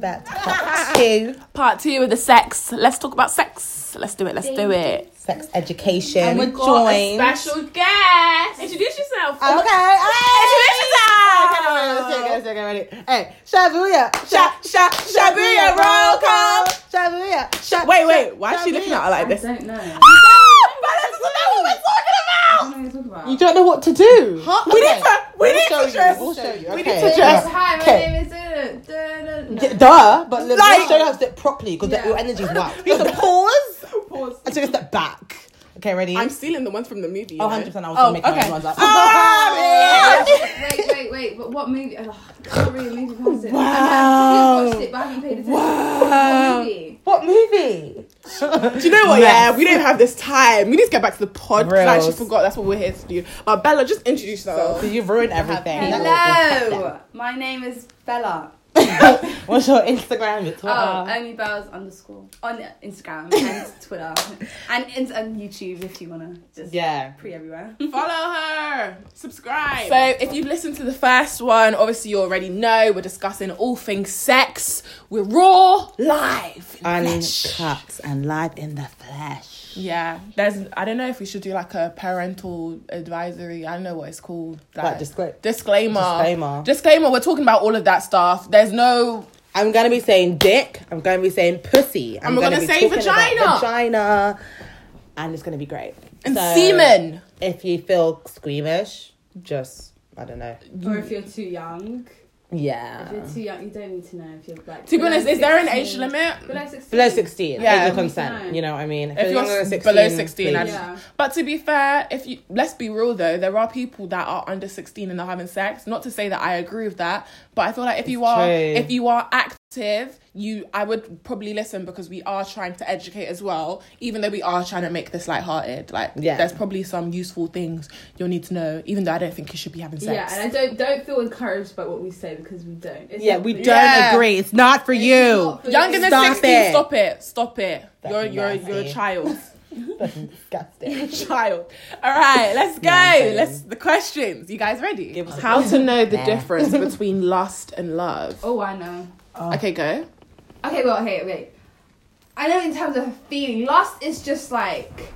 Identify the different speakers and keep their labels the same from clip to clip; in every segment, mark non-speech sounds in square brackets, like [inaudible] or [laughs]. Speaker 1: back to part two
Speaker 2: Part two of the sex. Let's talk about sex. Let's do it. Let's do it.
Speaker 1: sex education.
Speaker 3: And we've got a special guest. Oh,
Speaker 2: Introduce yourself.
Speaker 1: Okay.
Speaker 2: Introduce yourself.
Speaker 1: Hey, Shabuya, Sha, Sha, Shabuya, roll call. Shabuya, Sha.
Speaker 2: Wait, wait. Why is she looking at her like
Speaker 3: I
Speaker 2: this? [laughs]
Speaker 3: don't know.
Speaker 2: Ah,
Speaker 3: I don't know what you're talking about.
Speaker 4: You don't know what to do.
Speaker 2: we need to. We need
Speaker 4: We'll show
Speaker 2: to
Speaker 4: you.
Speaker 2: dress.
Speaker 4: We'll show you.
Speaker 2: We need
Speaker 4: Okay.
Speaker 2: to
Speaker 3: Yes,
Speaker 2: dress.
Speaker 3: hi, my
Speaker 4: Okay.
Speaker 3: name is. uh, da- da- da-
Speaker 4: Yeah, duh, but like,
Speaker 2: Like-
Speaker 4: let's show you how to do it properly because
Speaker 3: Yeah.
Speaker 4: your energy's wow.
Speaker 2: Need to pause.
Speaker 4: I took a step back.
Speaker 1: Okay, ready?
Speaker 2: I'm stealing the ones from the movie. you
Speaker 4: Oh,
Speaker 2: know.
Speaker 4: 100%. I was
Speaker 2: Oh,
Speaker 4: gonna make my
Speaker 2: okay.
Speaker 4: own ones up.
Speaker 3: wait, wait, wait. But what movie? Oh, I can't really move past it. Wow. I've watched it, but I haven't paid attention. Wow. What movie?
Speaker 1: What
Speaker 4: [laughs]
Speaker 1: movie?
Speaker 2: Do you know what? Yeah, we don't have this time. We need to get back to the pod.
Speaker 1: Real.
Speaker 2: Like she forgot. That's what we're here to do. But Bella, just introduce yourself.
Speaker 4: Because you've ruined everything.
Speaker 3: Hello. My name is Bella.
Speaker 4: What's your Instagram? Your Twitter?
Speaker 3: Oh,
Speaker 2: uh,
Speaker 3: Amy Bells underscore on Instagram and
Speaker 2: [laughs]
Speaker 3: Twitter and, and and YouTube if you wanna just
Speaker 4: yeah.
Speaker 2: [laughs]
Speaker 3: pre everywhere.
Speaker 2: Follow her. Subscribe. So, if you listened to the first one, obviously you already know we're discussing all things sex. We're raw, live.
Speaker 4: Uncut and live in the flesh.
Speaker 2: Yeah, there's. I don't know if we should do like a parental advisory. I don't know what it's called.
Speaker 4: Like, discla-
Speaker 2: disclaimer.
Speaker 4: Disclaimer.
Speaker 2: Disclaimer. We're talking about all of that stuff. There's no.
Speaker 4: I'm gonna be saying dick. I'm gonna be saying pussy.
Speaker 2: And we're gonna
Speaker 4: be
Speaker 2: say
Speaker 4: talking about
Speaker 2: vagina.
Speaker 4: Vagina. And it's gonna be great.
Speaker 2: And
Speaker 4: So,
Speaker 2: semen.
Speaker 4: If you feel squeamish, just I don't know.
Speaker 3: Or if you're too young. If
Speaker 4: Yeah.
Speaker 3: you're too young, you don't need to know if you're like.
Speaker 2: To be honest,
Speaker 3: below
Speaker 2: is there an age
Speaker 3: 16.
Speaker 2: limit?
Speaker 3: Below 16.
Speaker 4: Below 16,
Speaker 2: Yeah.
Speaker 4: yeah, your consent. You know what I mean?
Speaker 2: If you're
Speaker 4: younger than
Speaker 2: s- below 16, I
Speaker 4: please.
Speaker 2: just-
Speaker 3: Yeah.
Speaker 2: But to be fair, if you let's be real though, there are people that are under 16 and are having sex. Not to say that I agree with that, but I feel like if you
Speaker 4: It's
Speaker 2: are
Speaker 4: true.
Speaker 2: if you are active, you I would probably listen because we are trying to educate as well, even though we are trying to make this lighthearted. Like
Speaker 4: Yeah.
Speaker 2: there's probably some useful things you'll need to know, even though I don't think you should be having sex.
Speaker 3: Yeah, and I don't don't feel encouraged by what we say because we don't. It's
Speaker 4: yeah,
Speaker 3: not
Speaker 4: we
Speaker 3: for
Speaker 4: don't
Speaker 3: you.
Speaker 2: Yeah.
Speaker 4: agree. It's
Speaker 2: [laughs]
Speaker 4: not for you.
Speaker 3: not for
Speaker 2: Younger than
Speaker 4: Stop
Speaker 2: 16,
Speaker 4: it.
Speaker 2: stop it. Stop it.
Speaker 4: That's
Speaker 2: you're you're you're a
Speaker 4: nasty.
Speaker 2: child.
Speaker 4: [laughs] Disgusting.
Speaker 2: [laughs] child. All right, let's go.
Speaker 4: I'm saying.
Speaker 2: let's the questions. You guys ready?
Speaker 4: Give us a
Speaker 2: How to know the
Speaker 4: Nah. [laughs]
Speaker 2: difference between lust and love?
Speaker 3: Oh, I know.
Speaker 2: Okay, go.
Speaker 3: Okay, well, hey, wait. I know in terms of feeling, lust is just like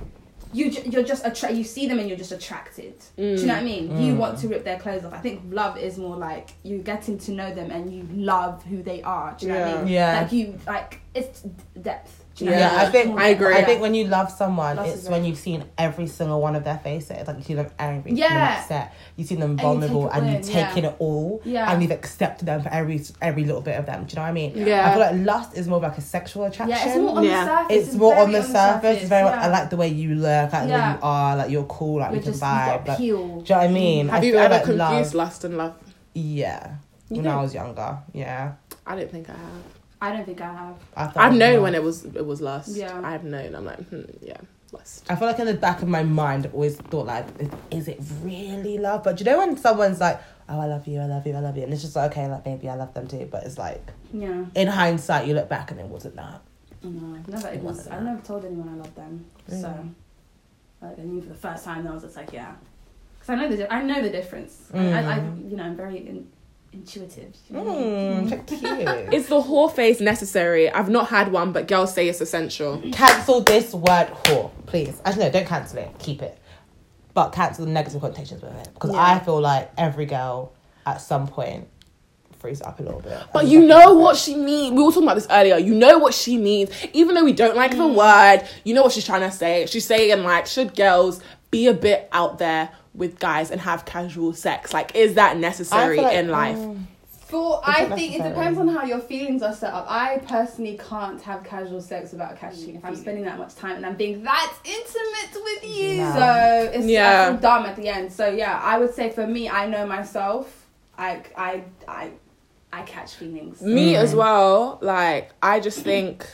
Speaker 3: you. ju- You're just attra- You see them and you're just attracted. Do you know
Speaker 4: Mm.
Speaker 3: what I mean? You want to rip their clothes off. I think love is more like you're getting to know them and you love who they are. Do you know what I mean?
Speaker 4: Yeah. Yeah.
Speaker 3: Like you like it's d- depth. Do you know
Speaker 4: Yeah,
Speaker 3: what I, mean?
Speaker 4: I think
Speaker 3: More
Speaker 4: I agree.
Speaker 3: depth.
Speaker 4: I think when you love someone,
Speaker 3: Lust is
Speaker 4: it's when you've seen every single one of their faces. Like you see them angry, you see them
Speaker 3: Yeah.
Speaker 4: upset, you see them
Speaker 3: you take
Speaker 4: vulnerable,
Speaker 3: it
Speaker 4: and
Speaker 3: all
Speaker 4: you've
Speaker 3: in,
Speaker 4: taken
Speaker 3: yeah.
Speaker 4: it all,
Speaker 3: Yeah.
Speaker 4: and you've accepted them for every every little bit of them. Do you know what I mean?
Speaker 2: Yeah.
Speaker 4: I feel like lust is more of like a sexual attraction.
Speaker 3: yeah, it's more on
Speaker 2: Yeah.
Speaker 3: the surface.
Speaker 4: It's more
Speaker 3: very
Speaker 4: on the surface. It's very. much
Speaker 3: yeah.
Speaker 4: I like the way you look. I like the
Speaker 3: Yeah.
Speaker 4: way you are. Like you're cool. Like
Speaker 3: You're
Speaker 4: we can
Speaker 3: just- you
Speaker 4: vibe.
Speaker 3: got
Speaker 4: Like, do you
Speaker 3: pure.
Speaker 4: know what I mean?
Speaker 2: Have
Speaker 4: I
Speaker 2: you
Speaker 4: feel
Speaker 2: ever
Speaker 4: like
Speaker 2: confused
Speaker 4: love-
Speaker 2: lust and love?
Speaker 4: Yeah. When
Speaker 2: don't?
Speaker 4: I was younger, yeah.
Speaker 2: I don't think I have.
Speaker 3: I don't think I have.
Speaker 4: I thought
Speaker 2: I've
Speaker 4: was
Speaker 2: known
Speaker 4: love.
Speaker 2: when it was it was lust.
Speaker 3: Yeah.
Speaker 2: I've known. I'm like, hmm, yeah, lust.
Speaker 4: I feel like in the back of my mind, I've always thought like, is it really love? But do you know when someone's like, oh, I love you, I love you, I love you, and it's just like, okay, like maybe I love them too, but it's like
Speaker 3: Yeah.
Speaker 4: in hindsight, you look back and it wasn't that.
Speaker 3: Oh, No, I've never. It was, I've never told anyone I love them. So, like, I knew for the first time. I was just like, yeah, because I know the. di- I know the difference. I, I, I, you know, I'm very in, intuitive. You know?
Speaker 4: Mm, check cute.
Speaker 2: Is the whore face necessary? I've not had one, but girls say it's essential.
Speaker 4: [laughs] cancel this word whore, please. Actually, no, don't cancel it. Keep it, but cancel the negative connotations with it because I feel like every girl at some point frees up a little bit.
Speaker 2: But
Speaker 4: And
Speaker 2: you
Speaker 4: like-
Speaker 2: know what she means. We were talking about this earlier. You know what she means. Even though we don't like the word, you know what she's trying to say. She's saying, like, should girls be a bit out there with guys and have casual sex? Like, is that necessary
Speaker 4: like,
Speaker 2: in life?
Speaker 3: For I
Speaker 4: not
Speaker 3: think it
Speaker 4: necessary.
Speaker 3: depends on how your feelings are set up. I personally can't have casual sex without catching. If I'm spending that much time and I'm being that intimate with you,
Speaker 4: Yeah.
Speaker 3: so it's
Speaker 2: Yeah.
Speaker 3: I feel dumb at the end. So yeah, I would say for me, I know myself. I I I, I catch feelings.
Speaker 4: Mm.
Speaker 2: Me as well. Like, I just think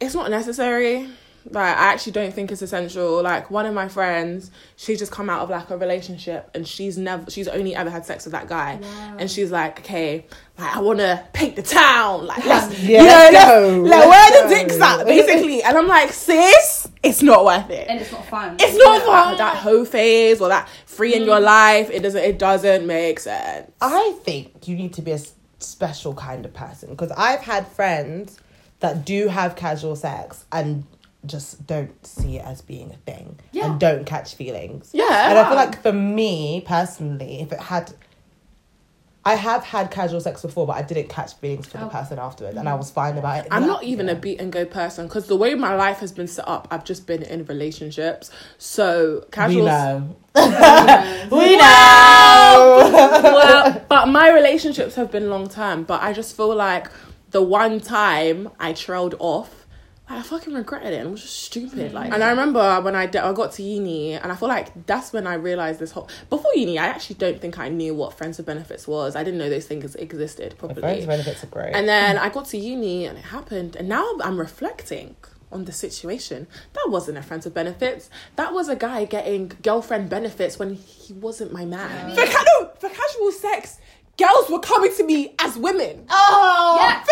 Speaker 2: it's not necessary. Like, I actually don't think it's essential. Like, one of my friends, she's just come out of like a relationship and she's never, she's only ever had sex with that guy. And she's like, okay, like, I want to paint the
Speaker 4: [laughs]
Speaker 2: town. Like, let's,
Speaker 4: Yeah,
Speaker 2: yeah,
Speaker 4: let's
Speaker 2: let's-
Speaker 4: go,
Speaker 2: like, where the
Speaker 4: let's
Speaker 2: dicks
Speaker 4: go.
Speaker 2: at, basically. And I'm like, sis, it's not worth it.
Speaker 3: and it's not fun.
Speaker 2: it's not
Speaker 3: Yeah.
Speaker 2: fun. That hoe phase
Speaker 4: Mm.
Speaker 2: or that free in your life, it doesn't, it doesn't make sense.
Speaker 4: I think you need to be a s- special kind of person because I've had friends that do have casual sex and just don't see it as being a thing
Speaker 3: Yeah.
Speaker 4: and don't catch feelings.
Speaker 2: Yeah.
Speaker 4: And I feel like for me personally, if it had I have had casual sex before, but I didn't catch feelings for the
Speaker 3: Oh.
Speaker 4: person afterwards, and I was fine about it.
Speaker 2: I'm not even a beat and go person because the way my life has been set up, I've just been in relationships. So
Speaker 4: We
Speaker 2: casual.
Speaker 3: [laughs]
Speaker 4: know. [laughs]
Speaker 3: Yeah.
Speaker 4: We know.
Speaker 2: well, but my relationships have been long term. But I just feel like the one time I trailed off, like, I fucking regretted it. and It was just stupid. Like, and I remember when I did, I got to uni, and I feel like that's when I realized this whole. Before uni, I actually don't think I knew what friends with benefits was. I didn't know those things existed. Probably.
Speaker 4: Friends benefits are great.
Speaker 2: And then I got to uni and it happened. And now I'm reflecting on the situation. That wasn't a friend of benefits. That was a guy getting girlfriend benefits when he wasn't my man. For, ca- no, for casual sex, girls were coming to me as women.
Speaker 4: oh,
Speaker 3: Yeah.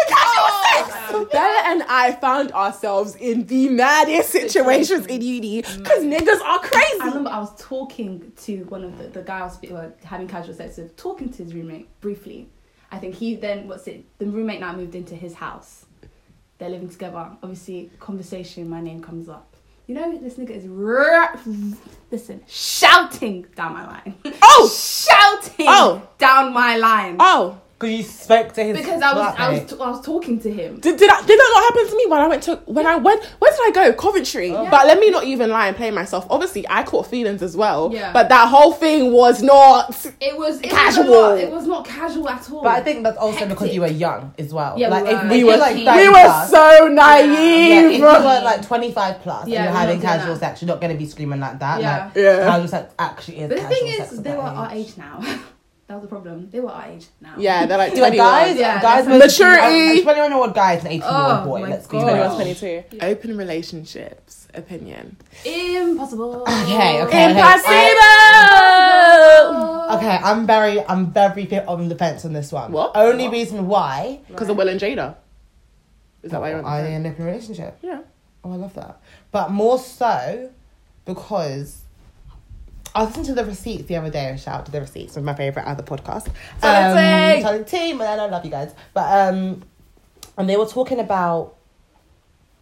Speaker 2: Bella and I found ourselves in the maddest situations in uni because niggas are
Speaker 3: I
Speaker 2: crazy.
Speaker 3: remember I was talking to one of the, the guy I was uh, having casual sex with, talking to his roommate briefly. I think he then, what's it, the roommate now moved into his house. They're living together. Obviously, conversation, my name comes up. You know, this nigga is, ra- listen, shouting down my line.
Speaker 2: Oh!
Speaker 3: [laughs] Shouting
Speaker 2: Oh!
Speaker 3: down my line.
Speaker 2: Oh,
Speaker 4: Because you spoke to his.
Speaker 3: Because I was, I
Speaker 4: flatmate.
Speaker 3: was, I was talking to him.
Speaker 2: did, did, that, did that not happen to me when I went to when I went where did I go Coventry?
Speaker 4: Oh.
Speaker 2: But let me not even lie and play myself. Obviously, I caught feelings as well.
Speaker 3: Yeah.
Speaker 2: But that whole thing was not.
Speaker 3: It was it
Speaker 2: Casual.
Speaker 3: Was a lot. It was not casual at all.
Speaker 4: But I think that's also because
Speaker 3: Hectic.
Speaker 4: you were young as well.
Speaker 3: Yeah, we
Speaker 4: like
Speaker 3: were.
Speaker 4: if
Speaker 3: We
Speaker 4: we
Speaker 3: were-
Speaker 4: were like
Speaker 3: we
Speaker 4: 30
Speaker 2: We were
Speaker 4: plus, yeah,
Speaker 2: so
Speaker 4: if
Speaker 2: naive.
Speaker 4: you were like 25 plus
Speaker 3: Yeah,
Speaker 4: and
Speaker 3: we're
Speaker 4: you're having
Speaker 3: not doing
Speaker 4: casual
Speaker 3: that.
Speaker 4: sex, you're not going to be screaming like that.
Speaker 3: Yeah.
Speaker 4: Like,
Speaker 2: Yeah.
Speaker 4: Casual sex actually is
Speaker 3: But the
Speaker 4: casual
Speaker 3: thing
Speaker 4: sex
Speaker 3: is,
Speaker 4: at
Speaker 3: they
Speaker 4: that
Speaker 3: were our age now. [laughs] that was the problem. They were our age now.
Speaker 2: Yeah, they're like
Speaker 4: Yeah,
Speaker 2: 21.
Speaker 4: guys,
Speaker 3: Yeah,
Speaker 4: guys,
Speaker 2: that's how- Maturity.
Speaker 4: 21 year old guy is an 18 year old
Speaker 3: Oh
Speaker 4: boy.
Speaker 3: my
Speaker 4: Let's be
Speaker 3: God.
Speaker 2: Everyone's
Speaker 3: Oh.
Speaker 4: real.
Speaker 2: 22. Open relationships opinion.
Speaker 3: Impossible.
Speaker 4: Okay, okay.
Speaker 2: Impossible.
Speaker 4: Okay, I'm very, I'm very bit on the fence on this one.
Speaker 2: What?
Speaker 4: Only
Speaker 2: What?
Speaker 4: reason why
Speaker 2: Because of Will and Jada. Is that why you're on the
Speaker 4: I
Speaker 2: phone?
Speaker 4: end up in a relationship.
Speaker 2: Yeah.
Speaker 4: Oh, I love that. But more so because I listened to the receipts the other day. and Shout out to the receipts of my favorite other podcast.
Speaker 2: Solid
Speaker 4: Um,
Speaker 2: Team!
Speaker 4: Solid team, and I love you guys. But um, and they were talking about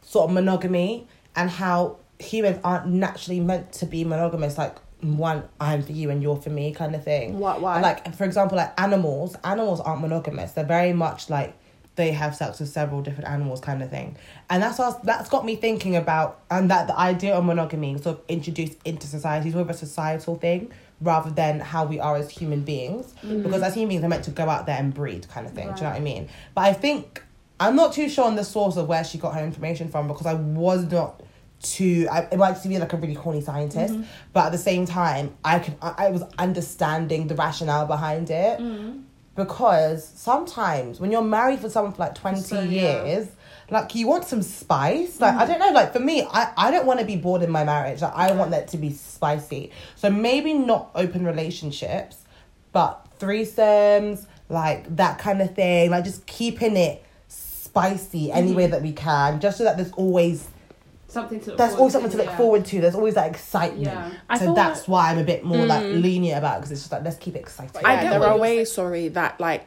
Speaker 4: sort of monogamy and how humans aren't naturally meant to be monogamous. Like one, I'm for you and you're for me, kind of thing.
Speaker 2: Why- why?
Speaker 4: And, Like for example, like animals. Animals aren't monogamous. They're very much like they have sex with several different animals, kind of thing. And that's us. That's got me thinking about and that the idea of monogamy sort of introduced into societies more of a societal thing rather than how we are as human beings. Because as human beings, we're meant to go out there and breed, kind of thing. Do you know what I mean? But I think I'm not too sure on the source of where she got her information from because I was not too. I, it might just be like a really corny scientist,
Speaker 3: Mm-hmm.
Speaker 4: but at the same time, I can. I, I was understanding the rationale behind it
Speaker 3: Mm.
Speaker 4: because sometimes when you're married for someone for like twenty
Speaker 3: So, yeah. Mm.
Speaker 4: years. Like you want some spice, like I don't know. Like for me, I, I don't want to be bored in my marriage. Like I want that to be spicy. So maybe not open relationships, but threesomes, like that kind of thing. Like just keeping it spicy any
Speaker 3: Mm-hmm.
Speaker 4: way that we can, just so that there's always
Speaker 3: Something to. look
Speaker 4: there's
Speaker 3: forward
Speaker 4: always something to look
Speaker 3: yeah.
Speaker 4: forward to. There's always that excitement.
Speaker 3: Yeah.
Speaker 2: I
Speaker 4: So
Speaker 2: feel
Speaker 4: that's
Speaker 2: like-
Speaker 4: why I'm a bit more like lenient about because it's just like let's keep it exciting.
Speaker 2: Mm. I
Speaker 3: Yeah,
Speaker 2: get
Speaker 3: no,
Speaker 2: there
Speaker 3: what
Speaker 2: are
Speaker 3: you're
Speaker 2: ways, sorry, that like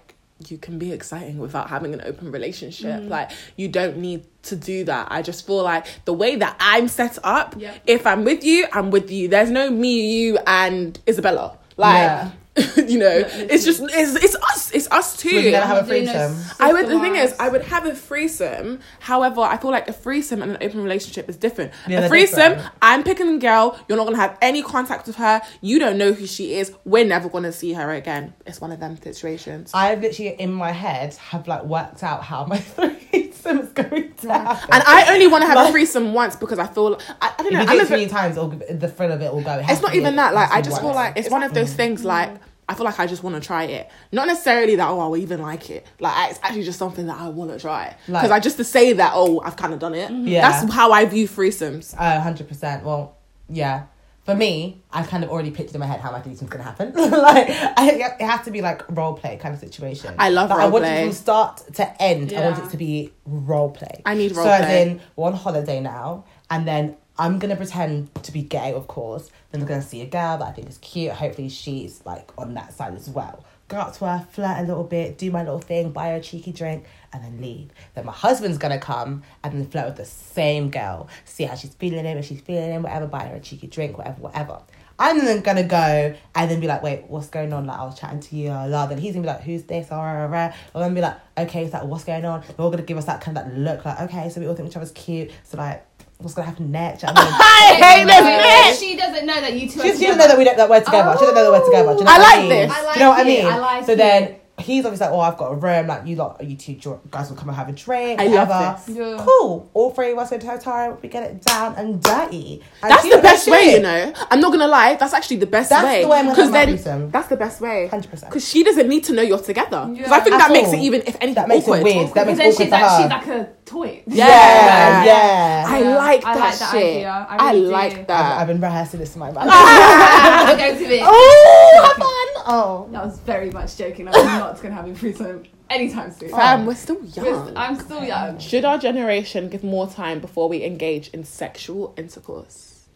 Speaker 2: you can be exciting without having an open relationship. Like you don't need to do that. I just feel like the way that I'm set up,
Speaker 3: Yeah.
Speaker 2: if I'm with you, I'm with you. There's no me, you, and Isabella. Like
Speaker 4: Yeah.
Speaker 2: [laughs] you know,
Speaker 3: literally.
Speaker 2: it's just it's, it's us. It's us too.
Speaker 4: Would you ever have a
Speaker 3: We're doing
Speaker 4: threesome?
Speaker 3: this
Speaker 2: I would. The thing
Speaker 3: system-wise.
Speaker 2: is, I would have a threesome. However, I feel like a threesome and an open relationship is different.
Speaker 4: Yeah,
Speaker 2: a
Speaker 4: they're
Speaker 2: threesome,
Speaker 4: different.
Speaker 2: I'm picking a girl. You're not gonna have any contact with her. You don't know who she is. We're never gonna see her again. It's one of them situations.
Speaker 4: I've literally in my head have like worked out how my [laughs] threesome is
Speaker 2: [laughs]
Speaker 4: going to happen.
Speaker 2: and I only want to have a
Speaker 4: Like-
Speaker 2: threesome once because I feel I, I don't know.
Speaker 4: if you do
Speaker 2: I'm a
Speaker 4: it too
Speaker 2: ve-
Speaker 4: many times, it'll, the thrill of it will go. It has
Speaker 2: it's
Speaker 4: to
Speaker 2: not
Speaker 4: be-
Speaker 2: even
Speaker 4: it
Speaker 2: that. Like
Speaker 4: has to
Speaker 2: I
Speaker 4: be worth
Speaker 2: just feel
Speaker 4: it.
Speaker 2: like it's one of those things. Like I feel like I just want to try it. Not necessarily that oh I will even like it. Like I- it's actually just something that I want to try. Because
Speaker 4: Like-
Speaker 2: I just to say that oh I've kind of done it.
Speaker 4: Yeah.
Speaker 2: That's how I view threesomes.
Speaker 4: Uh, 100%. Well, yeah. For me, I kind of already pictured in my head how my threesome's going to happen. [laughs] like, I, it has to be like role play kind of situation.
Speaker 2: I love
Speaker 4: like, I
Speaker 2: role
Speaker 4: want it
Speaker 2: play.
Speaker 4: from start to end. I want
Speaker 3: Yeah.
Speaker 4: it to be role play.
Speaker 2: I need role
Speaker 4: so So
Speaker 2: play.
Speaker 4: as in, we're on holiday now, and then I'm going to pretend to be gay, of course. Then I'm going to see a girl that I think is cute. Hopefully she's like on that side as well. go out to her, flirt a little bit, do my little thing, buy her a cheeky drink, and then leave. Then my husband's gonna come and then flirt with the same girl, see how she's feeling him, if she's feeling him, whatever, buy her a cheeky drink, whatever, whatever. I'm then gonna go and then be like, wait, what's going on? Like I was chatting to you, la la. Then he's gonna be like, who's this? Or rah, rah. I'm gonna be like, okay, so like, what's going on? They're all gonna give us that kind of that look, like okay, so we all think each other's cute. So like, what's gonna happen next? Do you know what I
Speaker 1: I hate
Speaker 4: mean?
Speaker 1: this
Speaker 3: Like,
Speaker 1: bitch.
Speaker 3: She doesn't know that you two.
Speaker 4: She,
Speaker 3: are
Speaker 2: [laughs]
Speaker 4: she doesn't know that we don't, that we're together. She doesn't know that we're together. Do you know
Speaker 2: Oh, I
Speaker 4: what
Speaker 2: like
Speaker 4: mean?
Speaker 2: this.
Speaker 3: I
Speaker 4: Do you know what I
Speaker 3: like it.
Speaker 4: mean?
Speaker 3: I like
Speaker 4: so
Speaker 3: it.
Speaker 4: then he's obviously like, oh, I've got a room. Like you lot, you two jo- guys will come and have a drink.
Speaker 2: I love
Speaker 4: whatever.
Speaker 2: this.
Speaker 3: Yeah.
Speaker 4: Cool. All three of us go to her time. We get it down and dirty. And
Speaker 2: That's
Speaker 4: she
Speaker 2: the
Speaker 4: don't know
Speaker 2: best way,
Speaker 4: shit.
Speaker 2: you know. I'm not gonna lie. That's actually the best
Speaker 4: That's
Speaker 2: way.
Speaker 4: the way I'm gonna
Speaker 2: 'Cause
Speaker 4: have my
Speaker 2: then-
Speaker 4: threesome.
Speaker 2: that's the best way.
Speaker 4: 100%.
Speaker 2: Because she doesn't need to know you're together. Because I
Speaker 3: Yeah.
Speaker 2: think
Speaker 4: At
Speaker 2: that makes it
Speaker 4: all.
Speaker 2: even, if anything,
Speaker 4: That makes
Speaker 2: awkward.
Speaker 4: it weird. That
Speaker 3: Because
Speaker 4: makes
Speaker 3: then
Speaker 4: it
Speaker 3: she's
Speaker 4: awkward for
Speaker 3: like,
Speaker 4: her.
Speaker 3: she's like a toy.
Speaker 4: [laughs]
Speaker 2: Yeah,
Speaker 4: yeah,
Speaker 2: yeah.
Speaker 4: yeah.
Speaker 2: I
Speaker 3: Yeah,
Speaker 2: like
Speaker 3: I
Speaker 2: that
Speaker 3: like that
Speaker 2: shit.
Speaker 3: idea. I
Speaker 2: I,
Speaker 3: really
Speaker 2: like
Speaker 3: do.
Speaker 2: that.
Speaker 4: I've, I've been rehearsing this in my mind.
Speaker 3: We're going to be.
Speaker 4: oh, have fun. Oh.
Speaker 3: That was very much joking. I'm not gonna have a threesome anytime soon.
Speaker 2: Fam, Um, we're still young.
Speaker 3: We're- I'm still young.
Speaker 2: Should our generation give more time before we engage in sexual intercourse?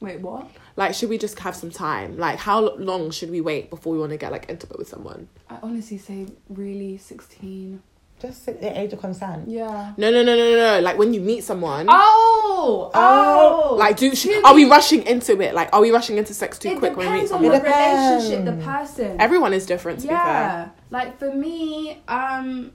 Speaker 3: Wait, what?
Speaker 2: Like, should we just have some time? Like, how lo- long should we wait before we want to get like intimate with someone?
Speaker 3: I honestly say really 16.
Speaker 4: Just at the age of consent.
Speaker 3: Yeah.
Speaker 2: No, no, no, no, no. no. Like when you meet someone,
Speaker 3: Oh! Oh!
Speaker 2: like do
Speaker 3: Do
Speaker 2: sh- are we rushing into it? Like, are we rushing into sex too
Speaker 3: it
Speaker 2: quick when we meet
Speaker 3: depends on
Speaker 2: someone?
Speaker 3: the
Speaker 4: It depends.
Speaker 3: relationship, the person.
Speaker 2: Everyone is different. To Be fair.
Speaker 3: yeah. Like for me, um,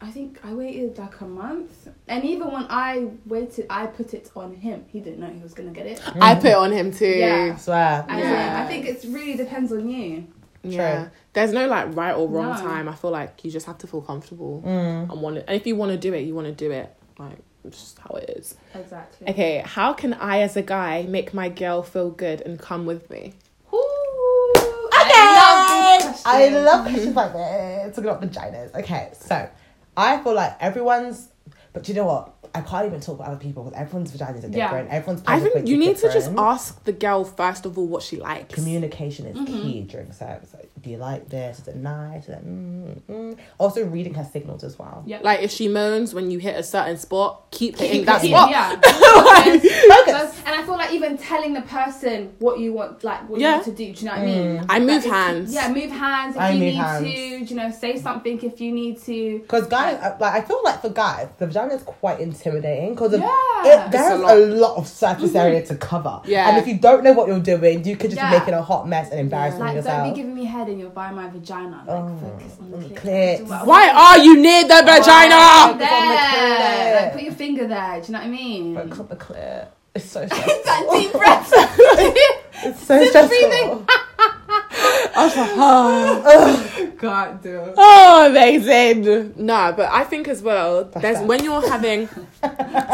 Speaker 3: I think I waited like a month, and even when I waited, I put it on him. He didn't know he was gonna get it.
Speaker 2: I put it on him too.
Speaker 3: Yeah.
Speaker 4: I swear.
Speaker 3: And
Speaker 2: Yeah.
Speaker 3: I think it really depends on you.
Speaker 2: Yeah. There's no like right or wrong
Speaker 3: No.
Speaker 2: time. I feel like you just have to feel comfortable
Speaker 4: Mm.
Speaker 2: and want it. And if you want to do it, you want to do it. Like it's just how it is.
Speaker 3: Exactly.
Speaker 2: Okay, how can I as a guy make my girl feel good and come with me?
Speaker 3: Ooh, I love this
Speaker 4: I
Speaker 3: question.
Speaker 4: love questions like this. Talking about vaginas. Okay, so I feel like everyone's, but you know what? I can't even talk about other people because everyone's vaginas are
Speaker 3: Yeah.
Speaker 4: different. Everyone's.
Speaker 2: I think
Speaker 4: pelvic
Speaker 2: you
Speaker 4: is
Speaker 2: need to just
Speaker 4: different.
Speaker 2: ask the girl first of all what she likes.
Speaker 4: Communication
Speaker 2: Mm-hmm.
Speaker 4: is key during sex. Like, do you like this? Is it nice? Is it mm, mm? Also, reading her signals as well.
Speaker 3: Yeah.
Speaker 2: like if she moans when you hit a certain spot, keep hitting
Speaker 3: [laughs] Keep
Speaker 2: that
Speaker 3: it-
Speaker 2: spot.
Speaker 3: Yeah.
Speaker 2: [laughs]
Speaker 4: Focus.
Speaker 3: That's- and I feel like even telling the person what you want, like what
Speaker 2: Yeah.
Speaker 3: you want to do. Do you know what I mean?
Speaker 2: I
Speaker 3: Like,
Speaker 2: move
Speaker 3: if you-
Speaker 2: hands.
Speaker 3: Yeah, move hands if
Speaker 4: Mm. I
Speaker 3: you
Speaker 4: move
Speaker 3: need
Speaker 4: hands.
Speaker 3: to. Do you know, say something if you need to.
Speaker 4: Because guys, I- like I feel like for guys, the vagina is quite intimidating because
Speaker 3: Yeah. Mm-hmm.
Speaker 4: it,
Speaker 3: It's
Speaker 4: there's
Speaker 2: a
Speaker 4: a
Speaker 2: lot.
Speaker 4: lot. of surface area to cover.
Speaker 2: Yeah.
Speaker 4: and if you don't know what you're doing, you could just
Speaker 3: Yeah.
Speaker 4: be making a hot mess and embarrassing
Speaker 3: Like,
Speaker 4: yourself.
Speaker 3: don't be giving me head and you're by my vagina. Like,
Speaker 4: Oh,
Speaker 3: focus on the
Speaker 4: mm,
Speaker 3: clit.
Speaker 4: clit.
Speaker 3: Do what-
Speaker 2: Why are you near the vagina?
Speaker 4: Focus on the
Speaker 3: There.
Speaker 4: clit.
Speaker 3: Like, put your finger there. Do you know what I mean?
Speaker 4: Focus on the clit. It's so
Speaker 3: [laughs] that
Speaker 4: stressful.
Speaker 3: deep
Speaker 4: [laughs]
Speaker 3: breath.
Speaker 4: it's so stressful.
Speaker 3: [laughs] God, dude.
Speaker 2: Oh, amazing. No, but I think as well, there's
Speaker 4: that.
Speaker 2: when you're having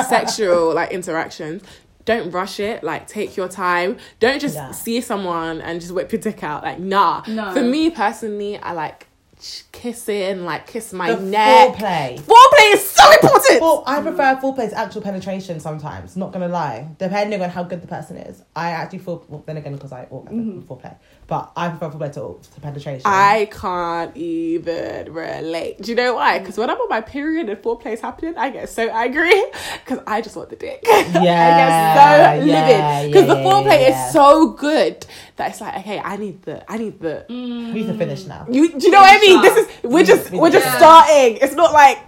Speaker 2: sexual like interactions, don't rush it. Like, take your time. Don't just
Speaker 4: Yeah.
Speaker 2: see someone and just whip your dick out. Like, nah.
Speaker 3: No.
Speaker 2: For me personally, I like ch- kissing, like kiss my
Speaker 4: The
Speaker 2: neck.
Speaker 4: foreplay.
Speaker 2: Foreplay is so important.
Speaker 4: Well, I prefer full play to actual penetration sometimes. Not gonna lie, depending on how good the person is. I actually feel well, then again because I
Speaker 3: Mm-hmm.
Speaker 4: orgasm full play, but I prefer full play to, to penetration.
Speaker 2: I can't even relate. Do you know
Speaker 4: Mm.
Speaker 2: why? Because when I'm on my period and foreplay is happening, I get so angry [laughs] because I just want the dick. [laughs] I
Speaker 4: Yeah,
Speaker 2: get so
Speaker 4: yeah,
Speaker 2: livid because
Speaker 4: yeah,
Speaker 2: the
Speaker 4: yeah,
Speaker 2: foreplay
Speaker 4: yeah.
Speaker 2: is so good that it's like, okay, I need the, I need the.
Speaker 4: we need to finish now.
Speaker 2: You, do you know what I mean? This is
Speaker 4: Mm.
Speaker 2: we're just we're just
Speaker 3: Yeah.
Speaker 2: starting. It's not like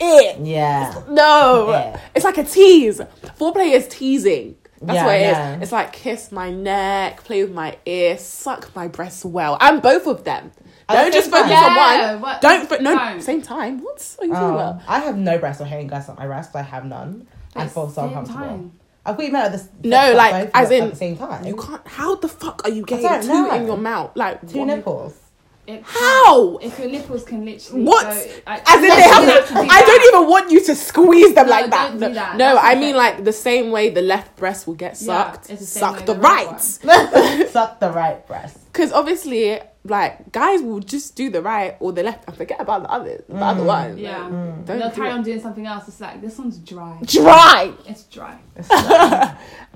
Speaker 2: it.
Speaker 4: Yeah.
Speaker 2: No,
Speaker 4: Yeah.
Speaker 2: it's like a tease. Foreplay is teasing. That's
Speaker 4: Yeah,
Speaker 2: what it is.
Speaker 4: yeah.
Speaker 2: It's like kiss my neck, play with my ear, suck my breasts well, and both of them.
Speaker 4: At
Speaker 2: Don't
Speaker 4: the
Speaker 2: just
Speaker 4: same
Speaker 2: focus
Speaker 3: time.
Speaker 2: on
Speaker 3: Yeah,
Speaker 2: one.
Speaker 3: what-
Speaker 2: Don't fo- no
Speaker 3: don't.
Speaker 2: same time. What are you talking
Speaker 4: Oh,
Speaker 2: about?
Speaker 4: I have no breasts or hairy guys at my breasts. I have none. I feel so uncomfortable. I thought you meant at the s-
Speaker 2: No,
Speaker 4: at
Speaker 2: like,
Speaker 4: both
Speaker 2: as
Speaker 4: at
Speaker 2: in-
Speaker 4: the same time.
Speaker 2: You can't. How the fuck are you getting
Speaker 4: don't
Speaker 2: two
Speaker 4: know.
Speaker 2: in your mouth? Like
Speaker 4: two
Speaker 2: what- [laughs]
Speaker 4: nipples.
Speaker 3: It can-
Speaker 2: How?
Speaker 3: If your nipples can literally.
Speaker 2: What?
Speaker 3: Go, I,
Speaker 2: As if they have. To, I don't even want you to squeeze them
Speaker 3: No,
Speaker 2: like that.
Speaker 3: don't
Speaker 2: No,
Speaker 3: do that.
Speaker 2: no,
Speaker 3: That's
Speaker 2: I
Speaker 3: not
Speaker 2: mean
Speaker 3: fair.
Speaker 2: like the same way the left breast will get
Speaker 3: Yeah,
Speaker 2: sucked.
Speaker 3: it's the same
Speaker 2: suck
Speaker 3: way
Speaker 2: the,
Speaker 3: the right
Speaker 2: right.
Speaker 4: Suck the right breast.
Speaker 2: Because obviously, like guys will just do the right or the left and forget about the other, the other
Speaker 4: Mm.
Speaker 2: one.
Speaker 3: Yeah.
Speaker 2: Like,
Speaker 3: They'll
Speaker 2: don't do
Speaker 3: carry
Speaker 2: it.
Speaker 3: on doing something else. It's like, this one's dry.
Speaker 2: Try
Speaker 3: It's dry.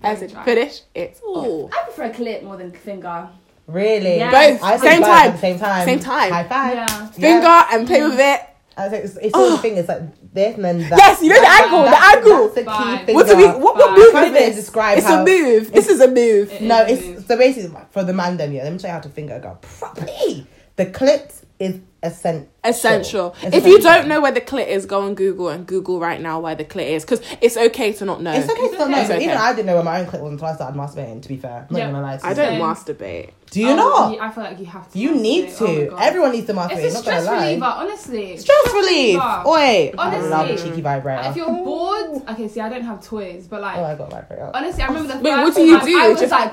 Speaker 2: as in
Speaker 3: Try.
Speaker 2: finish it all.
Speaker 3: I prefer clit more than finger.
Speaker 4: Really?
Speaker 3: Yeah.
Speaker 2: Both,
Speaker 4: I think
Speaker 2: same
Speaker 4: both
Speaker 2: time.
Speaker 4: At the same time.
Speaker 2: Same time.
Speaker 4: High five.
Speaker 3: Yeah.
Speaker 2: Finger and play with it.
Speaker 4: I think it's, it's all the fingers like this and then that.
Speaker 2: Yes, you know the angle, the
Speaker 4: that's-
Speaker 2: angle.
Speaker 4: That's the key
Speaker 3: Fine.
Speaker 4: finger.
Speaker 2: What do we? What, what
Speaker 3: Fine.
Speaker 2: move
Speaker 4: Can't
Speaker 2: is
Speaker 4: really
Speaker 2: this?
Speaker 4: describe
Speaker 2: it's a
Speaker 4: how-
Speaker 2: move. This is a move.
Speaker 3: It
Speaker 4: No,
Speaker 3: is a move.
Speaker 4: it's so basically for the man. Then yeah, let me show you how to finger a girl properly. The clit is essential.
Speaker 2: Essential. If you don't know where the clit is, go on Google and Google right now where the clit is because it's okay to not know.
Speaker 4: It's okay to not know.
Speaker 2: It's okay.
Speaker 4: Even I didn't know where my own clit was until I started masturbating, to be fair. I'm not
Speaker 3: Yeah.
Speaker 4: gonna lie to
Speaker 2: I
Speaker 4: you.
Speaker 2: don't
Speaker 3: Same.
Speaker 2: masturbate.
Speaker 4: Do you not?
Speaker 3: I feel like Oh, you have to.
Speaker 4: You need
Speaker 3: masturbate. Oh my
Speaker 4: to.
Speaker 3: God.
Speaker 4: Everyone needs to masturbate.
Speaker 3: It's a
Speaker 4: not gonna
Speaker 3: stress
Speaker 4: lie.
Speaker 3: reliever, honestly.
Speaker 4: Stress relief. Oi. I
Speaker 3: Honestly.
Speaker 4: love a cheeky
Speaker 3: Like,
Speaker 4: vibrator.
Speaker 3: if you're bored, okay. See, I don't have toys, but like,
Speaker 4: oh, I got a vibrator.
Speaker 3: [laughs]
Speaker 4: [laughs]
Speaker 3: honestly, I remember the
Speaker 2: Wait,
Speaker 3: first
Speaker 2: what do you
Speaker 3: time
Speaker 2: do?
Speaker 3: I was
Speaker 2: Just-
Speaker 3: like,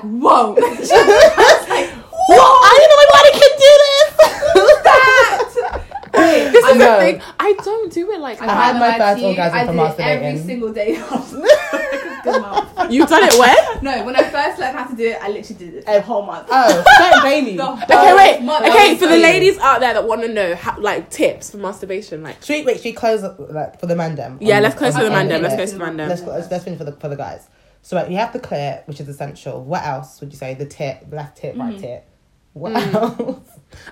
Speaker 2: [laughs]
Speaker 3: whoa, Just
Speaker 4: Whoa! I didn't know anybody could do this. [laughs]
Speaker 3: that. Wait,
Speaker 2: This is
Speaker 4: know.
Speaker 2: the thing. I don't do it like
Speaker 3: I
Speaker 2: that.
Speaker 4: had
Speaker 3: can't
Speaker 4: my
Speaker 3: lie
Speaker 4: first
Speaker 3: to you,
Speaker 4: orgasm
Speaker 3: I
Speaker 4: from
Speaker 3: did it every
Speaker 4: masturbating.
Speaker 3: single day. [laughs]
Speaker 4: [laughs]
Speaker 3: Good mouth.
Speaker 2: You've done it when?
Speaker 3: no, when I first learned how to do it, I literally did it a whole month.
Speaker 4: Oh, don't blame me.
Speaker 3: No.
Speaker 2: Okay, wait.
Speaker 3: Mother,
Speaker 2: okay,
Speaker 3: I'm
Speaker 2: for the
Speaker 3: sorry.
Speaker 2: ladies out there that want to know, how, like tips for masturbation, like
Speaker 4: Should we, wait, should we close up, like, for the mandem?
Speaker 2: yeah,
Speaker 4: Um,
Speaker 2: let's close to the
Speaker 4: um,
Speaker 2: man. then. Let's
Speaker 4: yeah.
Speaker 2: close to the man.
Speaker 4: Let's,
Speaker 2: then.
Speaker 4: go- let's, let's finish for the, for the guys. So like, you have the clit, which is essential. What else would you say? The tip, left tip, right tip. What [laughs] else?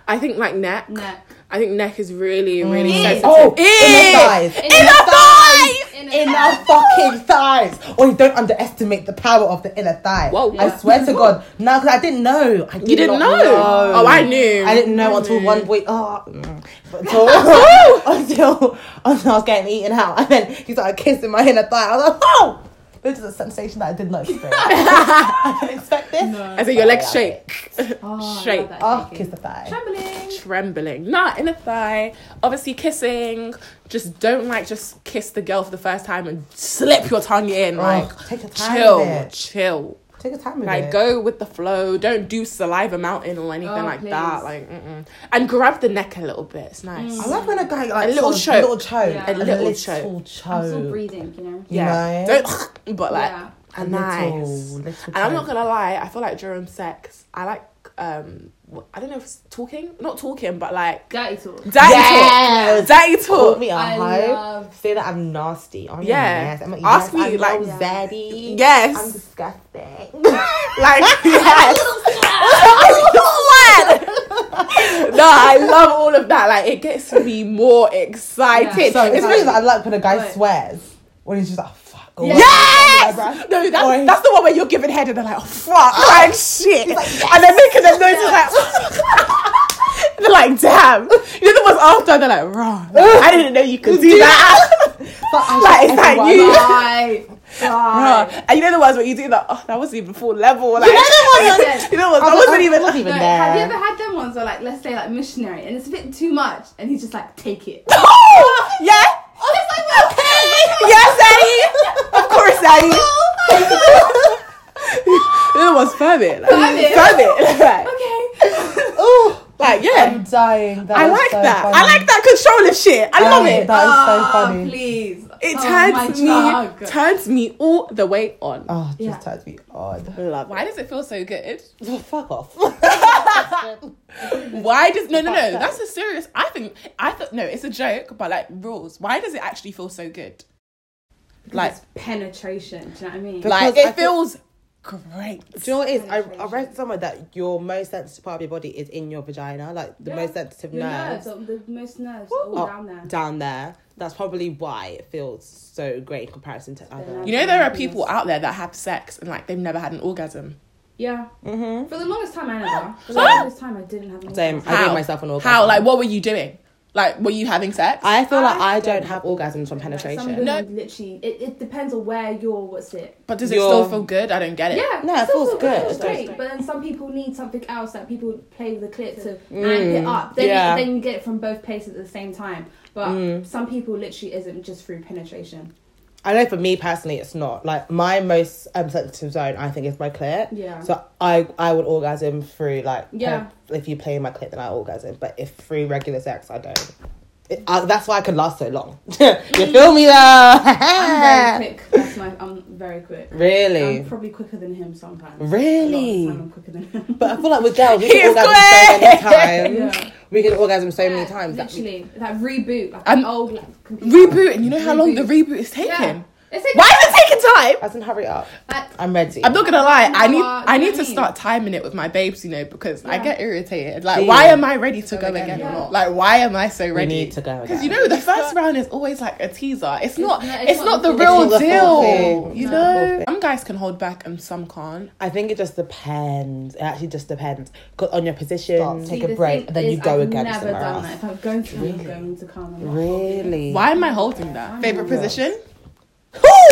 Speaker 2: I think like neck.
Speaker 3: Neck.
Speaker 2: I think neck is really, really
Speaker 3: Mm.
Speaker 2: sensitive.
Speaker 4: [laughs] Oh,
Speaker 2: Eh!
Speaker 4: inner thighs.
Speaker 3: Inner
Speaker 2: thighs!
Speaker 3: Inner
Speaker 4: Inner
Speaker 3: thighs.
Speaker 4: fucking thighs. Or you don't underestimate the power of the inner thigh.
Speaker 2: Whoa.
Speaker 4: I swear to God. No, because I didn't know. I did
Speaker 2: You didn't
Speaker 4: not
Speaker 2: know. Oh, I knew.
Speaker 4: I didn't know
Speaker 2: I
Speaker 4: until
Speaker 2: knew.
Speaker 4: one boy. Oh, mm.
Speaker 2: [laughs]
Speaker 4: until, [laughs] until until I was getting eaten out, and then he started kissing my inner thigh. I was like, oh, this is a sensation that I did not
Speaker 2: [laughs]
Speaker 4: experience. I didn't expect this.
Speaker 2: I say your legs
Speaker 4: Oh, I love
Speaker 2: shake, [laughs]
Speaker 3: Oh, I
Speaker 2: shake,
Speaker 3: love that
Speaker 4: Oh,
Speaker 3: shaking.
Speaker 4: kiss the thigh.
Speaker 3: Trembling.
Speaker 2: trembling, not in a thigh. Obviously kissing. Just don't like just kiss the girl for the first time and slip your tongue in.
Speaker 4: Oh,
Speaker 2: like
Speaker 4: take your time with
Speaker 2: chill,
Speaker 4: it.
Speaker 2: chill.
Speaker 4: Take your time with
Speaker 2: Like
Speaker 4: it.
Speaker 2: go with the flow. Don't do saliva mountain or anything
Speaker 3: Oh,
Speaker 2: like
Speaker 3: please.
Speaker 2: that. Like mm-mm. and grab the neck a little bit. It's nice.
Speaker 4: I love when a guy like
Speaker 2: A little
Speaker 4: sort of
Speaker 2: choke.
Speaker 4: little choke,
Speaker 3: Yeah.
Speaker 4: a
Speaker 3: A
Speaker 4: little,
Speaker 2: little
Speaker 4: choke.
Speaker 3: I'm still breathing, you know.
Speaker 2: Yeah.
Speaker 4: Nice.
Speaker 2: Don't, [laughs] but like
Speaker 3: Yeah.
Speaker 2: a
Speaker 4: little,
Speaker 2: nice.
Speaker 4: little
Speaker 2: and I'm not
Speaker 4: choke.
Speaker 2: gonna lie, I feel like during sex, I like um wh- I don't know if it's talking, not talking, but like
Speaker 3: Dirty talk.
Speaker 4: [laughs]
Speaker 2: daddy
Speaker 4: Yes.
Speaker 2: talk, daddy
Speaker 4: Call
Speaker 2: talk.
Speaker 4: me a
Speaker 3: I
Speaker 4: hoe.
Speaker 3: love-
Speaker 4: Say that I'm nasty. Oh,
Speaker 2: Yeah.
Speaker 4: Yes. I'm a, yes,
Speaker 2: Ask me,
Speaker 4: I'm
Speaker 2: like-
Speaker 4: all
Speaker 3: Yeah.
Speaker 4: zaddy.
Speaker 2: Yes. [laughs]
Speaker 4: I'm disgusting. [laughs]
Speaker 2: Like yes. [laughs] no, I love all of that. Like it gets me more excited.
Speaker 3: Yeah.
Speaker 4: so it's
Speaker 2: It's
Speaker 4: really
Speaker 2: really-
Speaker 4: that I like when a guy
Speaker 3: Right.
Speaker 4: swears when he's just like fuck. Oh,
Speaker 3: Yeah.
Speaker 2: Yes!
Speaker 4: Eyebrow.
Speaker 2: No,
Speaker 4: Oi.
Speaker 2: that, that's the one where you're giving head and they're like, oh, fuck, like shit. And they're making the noises like, [laughs] they're like, damn. You know the ones after, and they're like, wrong. I didn't know you could [laughs] do that. [laughs]
Speaker 4: But I
Speaker 2: Like,
Speaker 4: just
Speaker 2: it's like
Speaker 4: everyone-
Speaker 2: you-
Speaker 3: Bye. Bye.
Speaker 2: Bruh. And you know the ones where you do that, oh, that wasn't even full level. Like,
Speaker 4: know the ones
Speaker 3: that-
Speaker 2: [laughs] you know what?
Speaker 4: I
Speaker 2: That
Speaker 4: was-
Speaker 2: wasn't
Speaker 4: I [laughs]
Speaker 2: even. [laughs]
Speaker 4: wasn't even
Speaker 3: No,
Speaker 4: there.
Speaker 3: have you ever had them ones or like let's say like missionary and it's a bit too much and he's just like take it.
Speaker 2: Oh, yeah. Yes, Eddie. Of course, Eddie. oh [laughs] You know the one's fervent. Like,
Speaker 3: Fervent.
Speaker 2: fervent, Like,
Speaker 3: [laughs] okay.
Speaker 4: Ooh,
Speaker 2: [laughs] like, yeah.
Speaker 4: I'm dying. That
Speaker 2: I
Speaker 4: is
Speaker 2: like
Speaker 4: so
Speaker 2: that.
Speaker 4: funny.
Speaker 2: I like that controller shit. I love
Speaker 4: Um,
Speaker 2: it.
Speaker 4: That is so
Speaker 3: Ah,
Speaker 4: funny.
Speaker 3: Please. Oh,
Speaker 2: It
Speaker 3: my
Speaker 2: turns me
Speaker 3: chug.
Speaker 2: turns me all the way on.
Speaker 4: Oh, it just
Speaker 3: Yeah.
Speaker 4: turns me odd.
Speaker 2: Love. Why does it feel so good?
Speaker 4: [laughs] Fuck
Speaker 2: [laughs]
Speaker 4: off.
Speaker 2: Why does no no no? [laughs] That's a serious. I think I thought no, it's a joke, but like rules. Why does it actually feel so good? Like
Speaker 3: It's penetration. Do you know what I mean?
Speaker 2: like
Speaker 4: Because I
Speaker 2: it feels great.
Speaker 4: Do you know what it is? I, I read somewhere that your most sensitive part of your body is in your vagina, like the
Speaker 3: Yeah.
Speaker 4: most sensitive
Speaker 3: Your
Speaker 4: nerves Oh.
Speaker 3: nerves, are the most nerves are all
Speaker 4: are
Speaker 3: down there.
Speaker 4: down there. That's probably why it feels so great in comparison to other.
Speaker 2: You know there are people out there that have sex and like they've never had an orgasm.
Speaker 3: Yeah. Mm-hmm. For the longest time I never. For the
Speaker 2: Ah.
Speaker 3: longest time I didn't have an
Speaker 4: Same.
Speaker 3: orgasm.
Speaker 4: I
Speaker 2: How?
Speaker 4: gave myself an orgasm.
Speaker 2: How? Like what were you doing? Like were you having sex?
Speaker 4: I feel like
Speaker 3: I
Speaker 4: I don't have orgasms from penetration.
Speaker 3: Some women literally it, it depends on where you're what's it.
Speaker 2: but does it
Speaker 4: You're-
Speaker 2: still feel good? I don't get it.
Speaker 3: Yeah,
Speaker 4: No, it
Speaker 3: still
Speaker 4: feels
Speaker 3: feel-
Speaker 4: good.
Speaker 3: It feels
Speaker 4: It feels
Speaker 3: great,
Speaker 4: great.
Speaker 3: but then some people need something else. Like people play with the clit to amp it up. Then,
Speaker 4: Mm. yeah. Mm.
Speaker 3: you, then you get it from both places at the same time. But some people literally isn't just through penetration.
Speaker 4: I know for me personally, it's not like my most um, sensitive zone. I think is my clit.
Speaker 3: Yeah.
Speaker 4: So I I would orgasm through like kind
Speaker 3: Yeah.
Speaker 4: of- if you play my clit, then I orgasm. But if through regular sex, I don't. It, I, that's why I could last so long. [laughs] you feel me Ah. [laughs]
Speaker 3: I'm
Speaker 4: though?
Speaker 3: very quick. That's my. I'm very quick.
Speaker 4: really,
Speaker 3: I'm probably quicker than him sometimes. A lot of the time
Speaker 4: really.
Speaker 3: I'm quicker than him.
Speaker 4: But I feel like with girls, we
Speaker 2: He's
Speaker 4: can orgasm so
Speaker 3: [laughs]
Speaker 4: many times.
Speaker 3: Yeah.
Speaker 4: We can orgasm so many times. that we-
Speaker 3: Literally, that reboot, like
Speaker 2: And-
Speaker 3: an old like, computer.
Speaker 2: Reboot and you know how long the
Speaker 3: Reboot.
Speaker 2: reboot is taking?
Speaker 3: Yeah. Let's take
Speaker 1: Why is it taking time?
Speaker 4: As in, hurry up.
Speaker 3: I-
Speaker 4: I'm ready.
Speaker 2: I'm not gonna lie. I need
Speaker 3: No, uh,
Speaker 2: I
Speaker 3: you know
Speaker 2: need
Speaker 3: what
Speaker 2: to
Speaker 3: I mean?
Speaker 2: start timing it with my babes, you know, because I
Speaker 3: Yeah.
Speaker 2: get irritated. Like,
Speaker 4: Yeah.
Speaker 2: why am I ready to go
Speaker 4: again,
Speaker 2: again or
Speaker 3: yeah.
Speaker 2: not? Like, why am I so
Speaker 4: We
Speaker 2: ready?
Speaker 4: need to go.
Speaker 2: Because
Speaker 4: again.
Speaker 2: you know the first round is always like a teaser. It's not.
Speaker 3: not-
Speaker 2: It's, not, the
Speaker 3: full-
Speaker 2: real
Speaker 4: it's not the full
Speaker 2: deal.
Speaker 4: thing.
Speaker 2: You
Speaker 4: No.
Speaker 2: know, some guys can hold back and some can't.
Speaker 1: I think it just depends. It actually just depends 'Cause on your position.
Speaker 4: Stop.
Speaker 3: See,
Speaker 4: Take a
Speaker 3: the
Speaker 4: break,
Speaker 3: thing
Speaker 4: then you
Speaker 3: is,
Speaker 4: go
Speaker 3: I've
Speaker 4: again
Speaker 3: never
Speaker 4: somewhere
Speaker 3: done
Speaker 4: else.
Speaker 3: that. If I'm going to, I'm going to come. I'm not holding it.
Speaker 4: Really?
Speaker 2: Why am I holding that? Favorite position?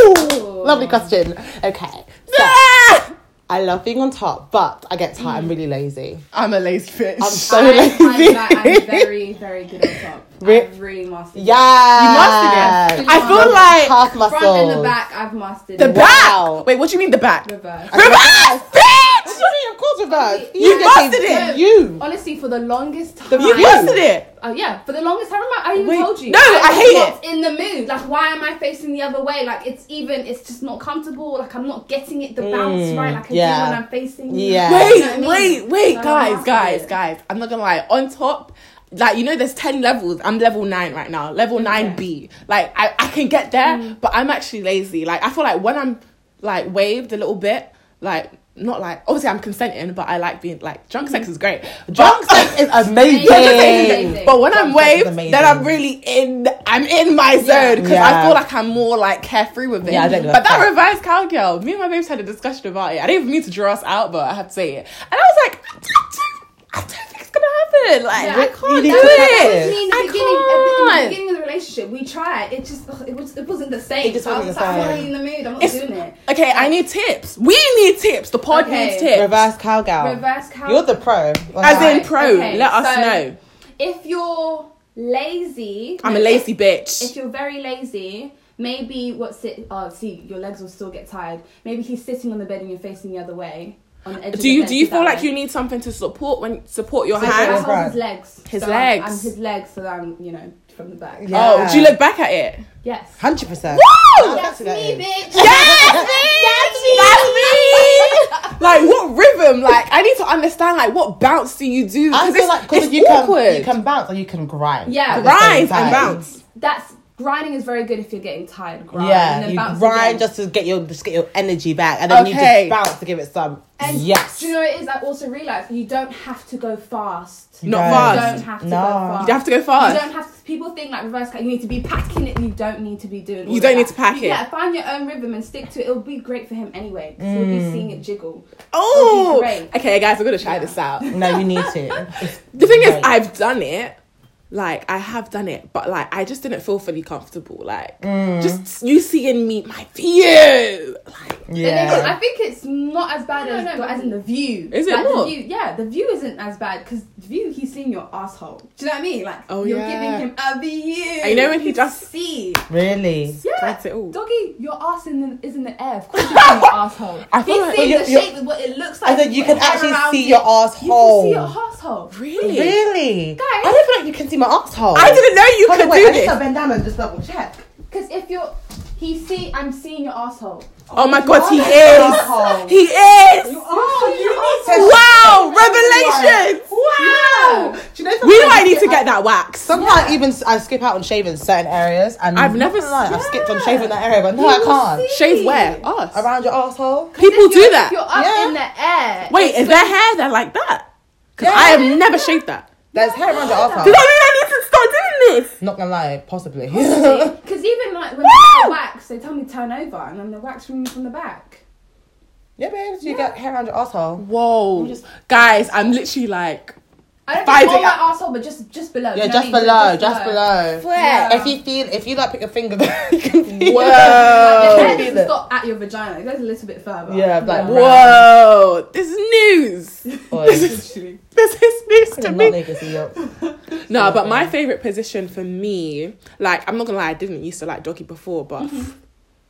Speaker 1: Ooh,
Speaker 3: Ooh.
Speaker 1: lovely question. Okay. So,
Speaker 2: Ah!
Speaker 1: I love being on top, but I get tired. I'm really lazy.
Speaker 2: [laughs] I'm a lazy bitch.
Speaker 1: I'm
Speaker 2: You
Speaker 1: so
Speaker 3: I,
Speaker 1: lazy.
Speaker 3: I'm,
Speaker 2: [laughs]
Speaker 3: like, I'm very, very good on top.
Speaker 1: Re-
Speaker 3: I've really mastered. it.
Speaker 1: Yeah.
Speaker 2: mastered it.
Speaker 3: You
Speaker 2: I
Speaker 3: are.
Speaker 2: feel like
Speaker 1: half muscles.
Speaker 3: Front and the back, I've mastered
Speaker 2: the
Speaker 3: it.
Speaker 1: Wow.
Speaker 2: back. Wait, what do you mean the back?
Speaker 3: Reverse.
Speaker 1: [laughs]
Speaker 2: Reverse, bitch.
Speaker 1: Sorry, of course, reverse.
Speaker 3: You
Speaker 2: busted
Speaker 1: taking-
Speaker 2: it.
Speaker 1: You.
Speaker 3: Honestly, for the longest time.
Speaker 2: You busted it.
Speaker 3: Uh, yeah, for the longest time, I I even
Speaker 2: Wait,
Speaker 3: told you.
Speaker 2: no, I hate
Speaker 3: was not In the mood, like, why am I facing the other way? Like, it's even, it's just not comfortable. Like, I'm not getting it the bounce right, like I
Speaker 1: yeah.
Speaker 3: do when I'm facing.
Speaker 1: Yeah.
Speaker 3: You
Speaker 2: Wait,
Speaker 3: know what I mean?
Speaker 2: Mm, wait, wait,
Speaker 3: So I
Speaker 2: guys,
Speaker 3: mastered
Speaker 2: guys,
Speaker 3: it.
Speaker 2: guys. I'm not gonna lie. On top, like you know, there's ten levels. I'm level nine right now. Level nine B. Like I, I can get there,
Speaker 3: Mm.
Speaker 2: but I'm actually lazy. Like I feel like when I'm like waved a little bit, like not like obviously I'm consenting, but I like being like drunk sex
Speaker 3: Mm-hmm.
Speaker 2: is great.
Speaker 1: Drunk
Speaker 2: Drunk
Speaker 3: [laughs]
Speaker 1: sex is
Speaker 3: Drunk sex is
Speaker 1: amazing.
Speaker 3: amazing.
Speaker 2: But when I'm
Speaker 4: Drunk sex is
Speaker 2: waved, then I'm
Speaker 4: amazing.
Speaker 2: really in. I'm in my zone because I
Speaker 1: Yeah.
Speaker 2: feel like I'm more like carefree with it.
Speaker 1: Yeah, I don't know
Speaker 2: but that
Speaker 1: that.
Speaker 2: revised cowgirl, me and my babes had a discussion about it. I didn't even mean to draw us out, but I have to say it. And I was like, I don't, I don't think it's gonna happen. Like
Speaker 3: Yeah.
Speaker 2: I can't
Speaker 1: You
Speaker 2: do
Speaker 1: need to
Speaker 3: That
Speaker 2: it.
Speaker 1: practice.
Speaker 3: was me in the
Speaker 2: I
Speaker 3: beginning. at the- In
Speaker 2: can't.
Speaker 3: the beginning of the relationship, we tried. It just, ugh, it was, it wasn't the same.
Speaker 1: It just
Speaker 3: So I
Speaker 1: wasn't
Speaker 3: was
Speaker 1: the
Speaker 3: like, I'm not
Speaker 1: same.
Speaker 3: in the mood. I'm not
Speaker 2: It's-
Speaker 3: doing it.
Speaker 2: Okay, I need tips. We need tips. The pod
Speaker 3: Okay.
Speaker 2: needs tips.
Speaker 4: Reverse cowgirl.
Speaker 3: Reverse cow.
Speaker 4: You're the pro.
Speaker 2: As in
Speaker 3: Right,
Speaker 2: pro,
Speaker 3: okay,
Speaker 2: let us
Speaker 3: so-
Speaker 2: know.
Speaker 3: If you're lazy,
Speaker 2: I'm a lazy bitch.
Speaker 3: If you're very lazy, maybe what's it? Oh, see, your legs will still get tired. Maybe he's sitting on the bed and you're facing the other way. On the edge of
Speaker 2: do
Speaker 3: the
Speaker 2: you
Speaker 3: bed,
Speaker 2: do you
Speaker 3: so
Speaker 2: feel
Speaker 3: that
Speaker 2: like
Speaker 3: way.
Speaker 2: you need something to support when support your
Speaker 4: So
Speaker 3: I
Speaker 4: you're
Speaker 2: hand?
Speaker 4: right.
Speaker 3: hold his legs.
Speaker 2: His
Speaker 3: so I'm- I'm,
Speaker 2: legs.
Speaker 3: his legs, so I'm you know from the back.
Speaker 4: Yeah.
Speaker 2: Oh, do you look back at it?
Speaker 3: Yes.
Speaker 4: Hundred percent.
Speaker 2: Woo!
Speaker 4: That's
Speaker 3: me, [laughs] bitch.
Speaker 1: [laughs]
Speaker 2: Yes, that's me. Like what rhythm? Like I need to understand. Like what bounce do you do?
Speaker 4: I feel
Speaker 2: it's,
Speaker 4: like
Speaker 2: it's
Speaker 4: because you
Speaker 2: awkward.
Speaker 4: can you can bounce or you can grind.
Speaker 3: Yeah.
Speaker 4: at the same
Speaker 2: Rise and
Speaker 4: time.
Speaker 2: bounce.
Speaker 3: That's grinding is very good if you're getting tired. Grind and
Speaker 4: Yeah,
Speaker 3: then
Speaker 4: you
Speaker 3: bounce
Speaker 4: grind
Speaker 3: again.
Speaker 4: just to get your just get your energy back, and then
Speaker 2: Okay.
Speaker 4: you just bounce to give it some.
Speaker 3: And
Speaker 4: yes,
Speaker 3: Do you know what it is? I also realized you don't have to go fast.
Speaker 2: Not
Speaker 4: No.
Speaker 3: You
Speaker 2: fast.
Speaker 3: don't have to
Speaker 4: No.
Speaker 3: go
Speaker 4: You
Speaker 3: fast.
Speaker 2: You have to go
Speaker 3: You
Speaker 2: fast.
Speaker 3: don't have to, people think like reverse cut. You need to be packing it. You don't need to be doing. all
Speaker 2: You
Speaker 3: of
Speaker 2: don't
Speaker 3: that.
Speaker 2: need to pack it.
Speaker 3: Yeah, find your own rhythm and stick to it. It'll be great for him anyway. Cause He'll
Speaker 2: Mm.
Speaker 3: be seeing it jiggle.
Speaker 2: Oh,
Speaker 3: It'll be great.
Speaker 2: okay, guys, I'm gonna try this out.
Speaker 4: no, you need
Speaker 3: [laughs]
Speaker 4: to. It's
Speaker 2: The thing is,
Speaker 4: great.
Speaker 2: I've done it. Like I have done it, but like I just didn't feel fully comfortable. Like
Speaker 4: Mm.
Speaker 2: just you seeing me, my view. Like
Speaker 3: And then I
Speaker 4: yeah.
Speaker 3: think it's not as bad as, as in the view.
Speaker 2: Is it
Speaker 3: like
Speaker 2: not?
Speaker 3: The view, yeah, the view isn't as bad because view he's seeing your asshole. Do you know what I mean? Like
Speaker 2: Oh,
Speaker 3: you're
Speaker 2: yeah.
Speaker 3: giving him a view.
Speaker 2: You know when he
Speaker 3: can
Speaker 2: just-
Speaker 3: see.
Speaker 4: Really,
Speaker 3: Yeah.
Speaker 2: That's it all.
Speaker 3: Doggy, your ass in the, is in the air. Of course, you're seeing
Speaker 4: [laughs]
Speaker 3: your asshole.
Speaker 2: I feel like-
Speaker 3: He's seeing
Speaker 4: Well,
Speaker 3: the
Speaker 4: you- you-
Speaker 3: shape of what it looks like.
Speaker 4: I said you can
Speaker 3: the hair
Speaker 4: actually
Speaker 3: around
Speaker 4: see
Speaker 3: it.
Speaker 4: your
Speaker 3: You can
Speaker 4: asshole.
Speaker 3: see your asshole.
Speaker 2: really?
Speaker 4: Really,
Speaker 3: Guys.
Speaker 4: I don't feel like you can see my asshole.
Speaker 2: I didn't know you
Speaker 4: Hold on,
Speaker 2: could
Speaker 4: wait,
Speaker 2: do
Speaker 4: I need
Speaker 2: this.
Speaker 4: to bend down and just double check.
Speaker 3: Because if you're, he see, I'm seeing your asshole.
Speaker 2: Oh my god, he
Speaker 4: Asshole.
Speaker 2: is. He is.
Speaker 4: Oh, you need to.
Speaker 2: Wow, revelations.
Speaker 4: Wow. Do you know
Speaker 2: We
Speaker 4: sometimes
Speaker 2: might need
Speaker 4: get
Speaker 2: to
Speaker 4: like-
Speaker 2: get that wax.
Speaker 4: Sometimes even s- I skip out on shaving certain areas, and
Speaker 2: I've never
Speaker 4: Not gonna lie,
Speaker 2: s-
Speaker 4: I've skipped on
Speaker 3: Yeah.
Speaker 4: shaving that area, but no,
Speaker 3: You
Speaker 4: I
Speaker 3: will
Speaker 4: can't.
Speaker 3: see.
Speaker 2: Shave where? Us.
Speaker 4: Around your asshole.
Speaker 2: People
Speaker 3: If
Speaker 2: do
Speaker 3: you're-
Speaker 2: that.
Speaker 3: If you're up
Speaker 4: Yeah.
Speaker 3: in the air.
Speaker 2: Wait, is their hair there like that? Because I have never shaved that.
Speaker 4: There's hair around your
Speaker 2: Do
Speaker 4: asshole.
Speaker 2: that mean I need to start doing this?
Speaker 4: Not gonna lie, possibly.
Speaker 3: Because even like when I get wax, they tell me turn over, and then the wax from from the back.
Speaker 4: [laughs] yeah, babe, you get hair around your asshole.
Speaker 2: Whoa. Guys, I'm literally like.
Speaker 3: I don't
Speaker 2: Find
Speaker 3: think all
Speaker 2: it
Speaker 3: my
Speaker 2: out.
Speaker 3: asshole, but just just below.
Speaker 4: Yeah,
Speaker 3: do you know
Speaker 4: just
Speaker 3: what I mean?
Speaker 4: below, just below.
Speaker 3: Yeah.
Speaker 4: If you feel, if you like pick a finger, [laughs] you can feel.
Speaker 3: Like, the hair
Speaker 2: Whoa.
Speaker 4: Feel
Speaker 3: doesn't
Speaker 4: it.
Speaker 3: stop at your vagina. It goes a little bit further.
Speaker 4: Yeah,
Speaker 3: [laughs]
Speaker 4: like
Speaker 2: Whoa. This is news.
Speaker 4: Oi. [laughs]
Speaker 3: Literally.
Speaker 2: This is news to
Speaker 4: I'm
Speaker 2: me.
Speaker 4: not naked, so you're-
Speaker 2: No, but my favorite position for me, like, I'm not gonna lie, I didn't used to like doggy before, but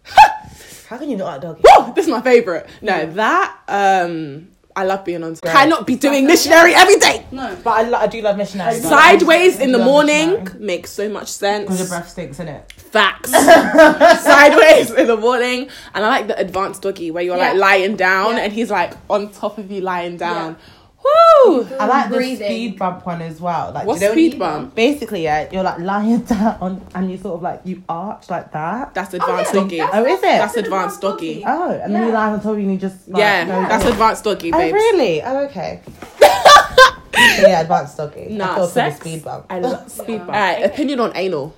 Speaker 4: How can you not like doggy?
Speaker 2: [laughs] Woo, this is my favorite. No, that um, I love being on.
Speaker 4: Great.
Speaker 2: Cannot be doing missionary every day.
Speaker 3: No.
Speaker 4: But I, lo- I do love missionary. though.
Speaker 2: Sideways in the
Speaker 4: Love
Speaker 2: morning
Speaker 4: missionary.
Speaker 2: makes so much
Speaker 4: Because your
Speaker 2: sense.
Speaker 4: breath stinks, innit?
Speaker 2: Facts. Sideways in the morning, and I like the advanced doggy where you're like
Speaker 3: Yeah.
Speaker 2: lying down,
Speaker 3: Yeah.
Speaker 2: and he's like on top of you lying down.
Speaker 1: Woo!
Speaker 4: I like the
Speaker 3: Breathing.
Speaker 4: speed bump one as well. Like
Speaker 2: What's
Speaker 4: you know when
Speaker 2: speed
Speaker 4: you-
Speaker 2: bump?
Speaker 4: Basically, yeah, you're like lying [laughs] down on, and you sort of like you arch like that.
Speaker 2: That's
Speaker 3: Oh, yeah,
Speaker 2: advanced doggy.
Speaker 3: that's-
Speaker 4: Oh, is it?
Speaker 2: That's advanced doggy.
Speaker 4: Oh, and then you
Speaker 3: Yeah.
Speaker 4: lie on top and you just like,
Speaker 2: yeah,
Speaker 4: go-
Speaker 2: that's advanced doggy,
Speaker 4: Oh
Speaker 2: babes.
Speaker 4: really? Oh okay. So, yeah, advanced doggy. I
Speaker 2: Nah,
Speaker 4: feel for the
Speaker 2: sex.
Speaker 4: speed bump.
Speaker 2: I love speed bump.
Speaker 3: Yeah.
Speaker 2: All right, opinion on anal.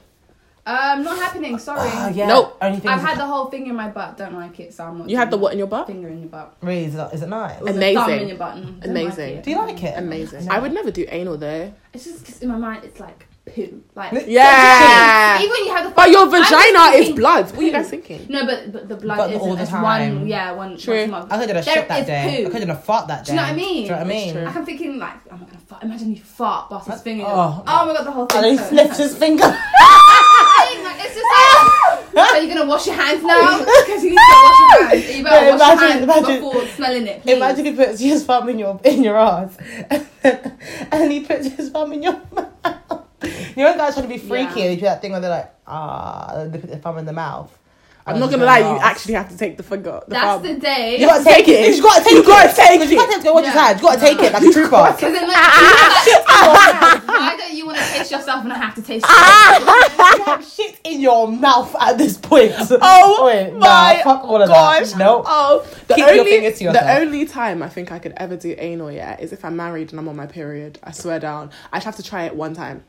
Speaker 3: Um, not happening. Sorry.
Speaker 4: Oh, yeah.
Speaker 2: Nope.
Speaker 4: Only thing
Speaker 3: I've
Speaker 4: is-
Speaker 3: had the whole thing in my butt. Don't like it, so I'm not.
Speaker 2: You had the
Speaker 3: doing
Speaker 2: what in your
Speaker 3: it.
Speaker 2: butt?
Speaker 3: finger in your butt.
Speaker 4: really is it, is it nice?
Speaker 3: Or the
Speaker 2: Amazing.
Speaker 3: Thumb in your butt. Mm, don't
Speaker 2: Amazing.
Speaker 3: Like
Speaker 4: Do
Speaker 3: it.
Speaker 4: you like it?
Speaker 2: Amazing.
Speaker 4: No.
Speaker 2: I would never do anal though.
Speaker 3: It's just 'cause in my mind. It's like poo. Like
Speaker 2: Yeah.
Speaker 3: Even when you have the.
Speaker 2: But your
Speaker 3: I'm just
Speaker 2: vagina is
Speaker 3: thinking-
Speaker 2: blood. What are you
Speaker 3: [laughs]
Speaker 2: guys thinking?
Speaker 3: No, but, but the blood
Speaker 4: But
Speaker 3: is
Speaker 4: all the
Speaker 3: it's
Speaker 4: time.
Speaker 3: one. Yeah, one.
Speaker 2: True.
Speaker 3: Once a month.
Speaker 4: I could have done a
Speaker 3: There
Speaker 4: shit that
Speaker 3: is
Speaker 4: day. I
Speaker 3: poo.
Speaker 4: could have done a fart that day.
Speaker 3: Do you know what I mean?
Speaker 4: Do you know what I
Speaker 2: That's
Speaker 4: mean?
Speaker 2: true.
Speaker 3: Like, I'm thinking like I'm not gonna fart. Imagine you fart, bust his finger.
Speaker 4: oh,
Speaker 3: Oh, my god, the whole thing.
Speaker 4: And he
Speaker 3: so-
Speaker 4: flipped his finger.
Speaker 3: [laughs] Like, it's
Speaker 4: [laughs]
Speaker 2: [laughs]
Speaker 3: just like, so you're gonna wash your hands now because you need to wash your hands. You better
Speaker 4: No,
Speaker 3: wash
Speaker 4: imagine-
Speaker 3: your hands
Speaker 4: imagine-
Speaker 3: before smelling it. Please.
Speaker 4: Imagine he puts his thumb in your in your ass, [laughs] and he puts his thumb in your [laughs] mouth. You know, guys trying to be freaky
Speaker 3: Yeah.
Speaker 4: and they do that thing where they're like, ah, and they put their thumb in the mouth.
Speaker 2: I'm
Speaker 4: And
Speaker 2: not
Speaker 4: it's
Speaker 2: gonna
Speaker 4: your
Speaker 2: lie, you
Speaker 4: ass.
Speaker 2: actually have to take the finger. The
Speaker 3: That's
Speaker 2: barb.
Speaker 3: the day.
Speaker 4: You gotta take it. You gotta take it. You gotta take it. You gotta take it. Watch his
Speaker 3: Yeah.
Speaker 4: hand. You gotta take it like a trooper.
Speaker 3: 'Cause then,
Speaker 2: [laughs]
Speaker 3: like, why don't you want to taste yourself and I have to taste
Speaker 2: Ah!
Speaker 3: you?
Speaker 4: you have shit in your mouth at this point.
Speaker 2: Oh
Speaker 4: Wait, nah,
Speaker 2: my
Speaker 4: fuck all of
Speaker 2: gosh!
Speaker 4: that. No.
Speaker 2: Oh, the
Speaker 4: Keep your
Speaker 2: only
Speaker 4: fingers to yourself.
Speaker 2: the only time I think I could ever do anal yet is if I'm married and I'm on my period. I swear down, I'd have to try it one time.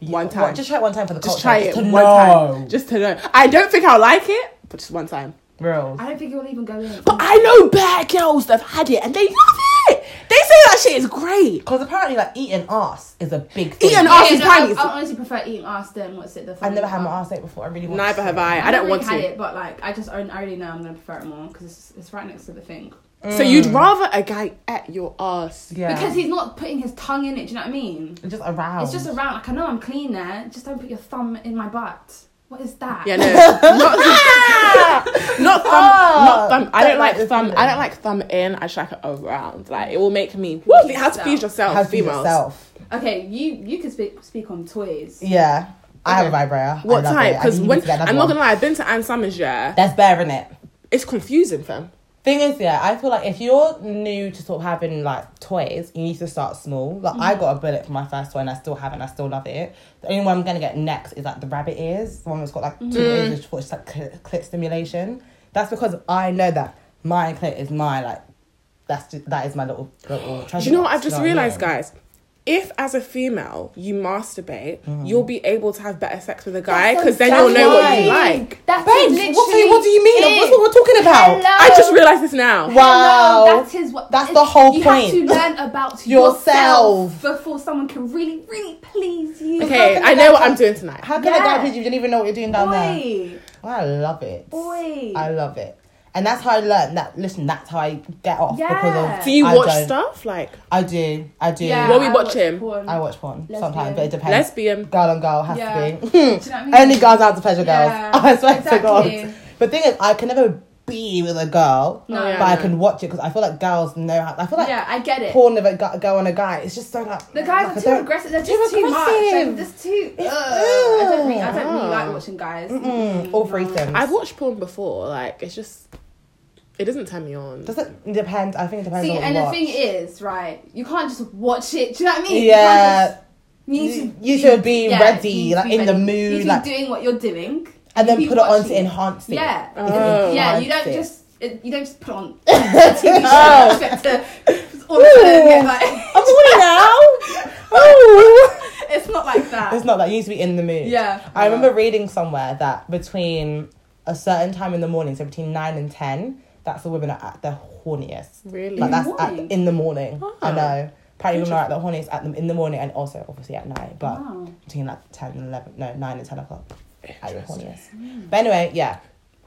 Speaker 2: One time.
Speaker 4: just try it one time for the culture.
Speaker 2: Just try it
Speaker 4: to
Speaker 2: one
Speaker 4: know.
Speaker 2: time, just to know. I don't think I'll like it, but just one time.
Speaker 4: Real.
Speaker 3: I don't think you'll even go in.
Speaker 2: But I know bad girls that've had it and they love it. They say that shit is great.
Speaker 4: Because apparently, like eating ass is a big thing.
Speaker 2: Eating
Speaker 3: Yeah,
Speaker 2: ass is
Speaker 3: no, I,
Speaker 2: panties.
Speaker 3: I honestly prefer eating ass than what's it? The
Speaker 4: I've never had my ass ate before. I really want.
Speaker 2: Neither
Speaker 4: to.
Speaker 2: have I. I
Speaker 3: I've
Speaker 2: don't
Speaker 3: never
Speaker 2: want
Speaker 3: really had
Speaker 2: to.
Speaker 3: it, but like I just I already know I'm gonna prefer it more because it's, it's right next to the thing.
Speaker 2: So you'd rather a guy at your ass.
Speaker 4: Yeah.
Speaker 3: Because he's not putting his tongue in it. Do you know what I mean?
Speaker 4: It's just around.
Speaker 2: Oh.
Speaker 3: It's just around. Like I know I'm clean there. Just don't put your thumb in my butt. What is that?
Speaker 2: Yeah, no,
Speaker 4: [laughs]
Speaker 2: [laughs] not, not thumb,
Speaker 4: Ah!
Speaker 2: not thumb. I don't
Speaker 4: Don't like
Speaker 2: like
Speaker 4: the
Speaker 2: thumb.
Speaker 4: feeling.
Speaker 2: I don't like thumb in. I just like it around. Like it will make me. Woo, how to please yourself,
Speaker 4: How to be
Speaker 2: females.
Speaker 4: yourself.
Speaker 3: Okay, you you could speak speak on toys.
Speaker 4: Yeah. I have a
Speaker 2: Okay.
Speaker 4: vibrator.
Speaker 2: What
Speaker 4: I love
Speaker 2: type?
Speaker 4: it. I
Speaker 2: Because
Speaker 4: need to
Speaker 2: when
Speaker 4: get another
Speaker 2: I'm not
Speaker 4: one.
Speaker 2: gonna lie, I've been to Anne Summers. Yeah,
Speaker 4: That's bare in it.
Speaker 2: it's confusing, fam.
Speaker 4: Thing is, yeah, I feel like if you're new to sort of having like toys, you need to start small. Like
Speaker 2: Mm-hmm.
Speaker 4: I got a bullet for my first one, I still have it, and I still love it. The only one I'm gonna get next is like the rabbit ears, the one that's got like two
Speaker 2: Mm-hmm.
Speaker 4: ears, which for- it's like cl- clit stimulation. That's because I know that my clit is my like. That's just, that is my little little
Speaker 2: Do
Speaker 4: treasure.
Speaker 2: you know what
Speaker 4: box,
Speaker 2: I've just
Speaker 4: you know what I
Speaker 2: realized,
Speaker 4: mean?
Speaker 2: guys? If as a female you masturbate,
Speaker 4: Mm.
Speaker 2: you'll be able to have better sex with a guy
Speaker 3: That's
Speaker 2: because then you'll know what you
Speaker 4: exactly-
Speaker 2: like.
Speaker 3: That's
Speaker 4: Babes, what do you, what do you mean?
Speaker 3: literally
Speaker 4: That's what we're talking about.
Speaker 3: Hello.
Speaker 2: I just realized this now.
Speaker 4: Wow.
Speaker 3: Hello, that is what.
Speaker 4: That's
Speaker 3: it-
Speaker 4: the whole
Speaker 3: you
Speaker 4: point.
Speaker 3: You have to learn
Speaker 4: [laughs]
Speaker 3: about
Speaker 4: Yourself.
Speaker 3: yourself. before someone can really, really please you.
Speaker 2: Okay, I know what I'm doing tonight.
Speaker 4: How can I
Speaker 3: Yeah.
Speaker 4: guide you if you don't even know what you're doing down there?
Speaker 3: Boy,
Speaker 4: I love it.
Speaker 3: Oi.
Speaker 4: I love it. And that's how I learned that. Listen, that's how I get off
Speaker 3: Yeah.
Speaker 4: because of.
Speaker 2: Do you
Speaker 4: I
Speaker 2: watch
Speaker 4: don't-
Speaker 2: stuff like
Speaker 4: I do. I do.
Speaker 3: yeah,
Speaker 2: What we
Speaker 3: I
Speaker 2: watching?
Speaker 3: porn.
Speaker 4: I watch porn
Speaker 3: Lesbian.
Speaker 4: sometimes, but it depends.
Speaker 2: lesbian?
Speaker 4: girl on girl has
Speaker 3: Yeah.
Speaker 4: to be.
Speaker 3: Do you know what I mean?
Speaker 4: Only girls out to pleasure girls.
Speaker 3: Yeah,
Speaker 4: [laughs] I swear to God.
Speaker 3: exactly.
Speaker 4: But thing is, I can never be with a girl,
Speaker 3: No.
Speaker 2: Oh, yeah,
Speaker 4: but I
Speaker 2: no.
Speaker 4: can watch it because I feel like girls know how. I feel like
Speaker 3: yeah, I get it.
Speaker 4: porn of a gu- girl and a guy. It's just so like
Speaker 3: The
Speaker 4: like,
Speaker 3: guys are
Speaker 4: I
Speaker 3: too
Speaker 4: don't-
Speaker 3: aggressive. They're
Speaker 4: too
Speaker 3: just too much. They're
Speaker 4: aggressive.
Speaker 3: just too. Ugh. I don't really, I don't really
Speaker 2: ugh.
Speaker 3: like watching guys.
Speaker 4: Mm, all threesomes.
Speaker 2: I've watched porn before. Like it's just, it doesn't turn me on.
Speaker 4: Does it depend? I think it depends. on
Speaker 3: See,
Speaker 4: what
Speaker 3: and
Speaker 4: you
Speaker 3: the
Speaker 4: watch.
Speaker 3: thing is, right? You can't just watch it. Do you know what I mean? You can't
Speaker 4: yeah.
Speaker 3: just- You need to.
Speaker 4: You should be ready,
Speaker 3: you need to
Speaker 4: like,
Speaker 3: be
Speaker 4: in the
Speaker 3: ready.
Speaker 4: mood,
Speaker 3: You should
Speaker 4: like-
Speaker 3: be doing what you're doing,
Speaker 4: and then
Speaker 3: you
Speaker 4: put
Speaker 3: keep
Speaker 4: it on to
Speaker 3: watching.
Speaker 4: enhance it.
Speaker 3: Yeah.
Speaker 4: It
Speaker 2: Oh.
Speaker 3: yeah, you
Speaker 4: enhances
Speaker 3: don't
Speaker 4: it.
Speaker 3: just it, you don't just put
Speaker 4: [laughs]
Speaker 3: on a TV
Speaker 4: Oh.
Speaker 3: show. and expect to- all of a sudden get like, [laughs]
Speaker 4: I'm horny now. Oh.
Speaker 3: it's not like
Speaker 4: [laughs]
Speaker 3: that.
Speaker 4: It's not that. You need to be in the mood.
Speaker 3: Yeah.
Speaker 4: I remember reading somewhere that between a certain time in the morning, so between nine and ten, that's the women are at their horniest.
Speaker 2: Really?
Speaker 4: Like that's
Speaker 3: the
Speaker 4: at,
Speaker 3: morning?
Speaker 4: in the morning. I
Speaker 3: Ah.
Speaker 2: Oh.
Speaker 4: know. Apparently, women are at the horniest at them in the morning and also obviously at night, but
Speaker 3: Wow.
Speaker 4: between like ten and eleven, no, nine and ten o'clock at your horniest.
Speaker 3: Hmm.
Speaker 4: But anyway, yeah.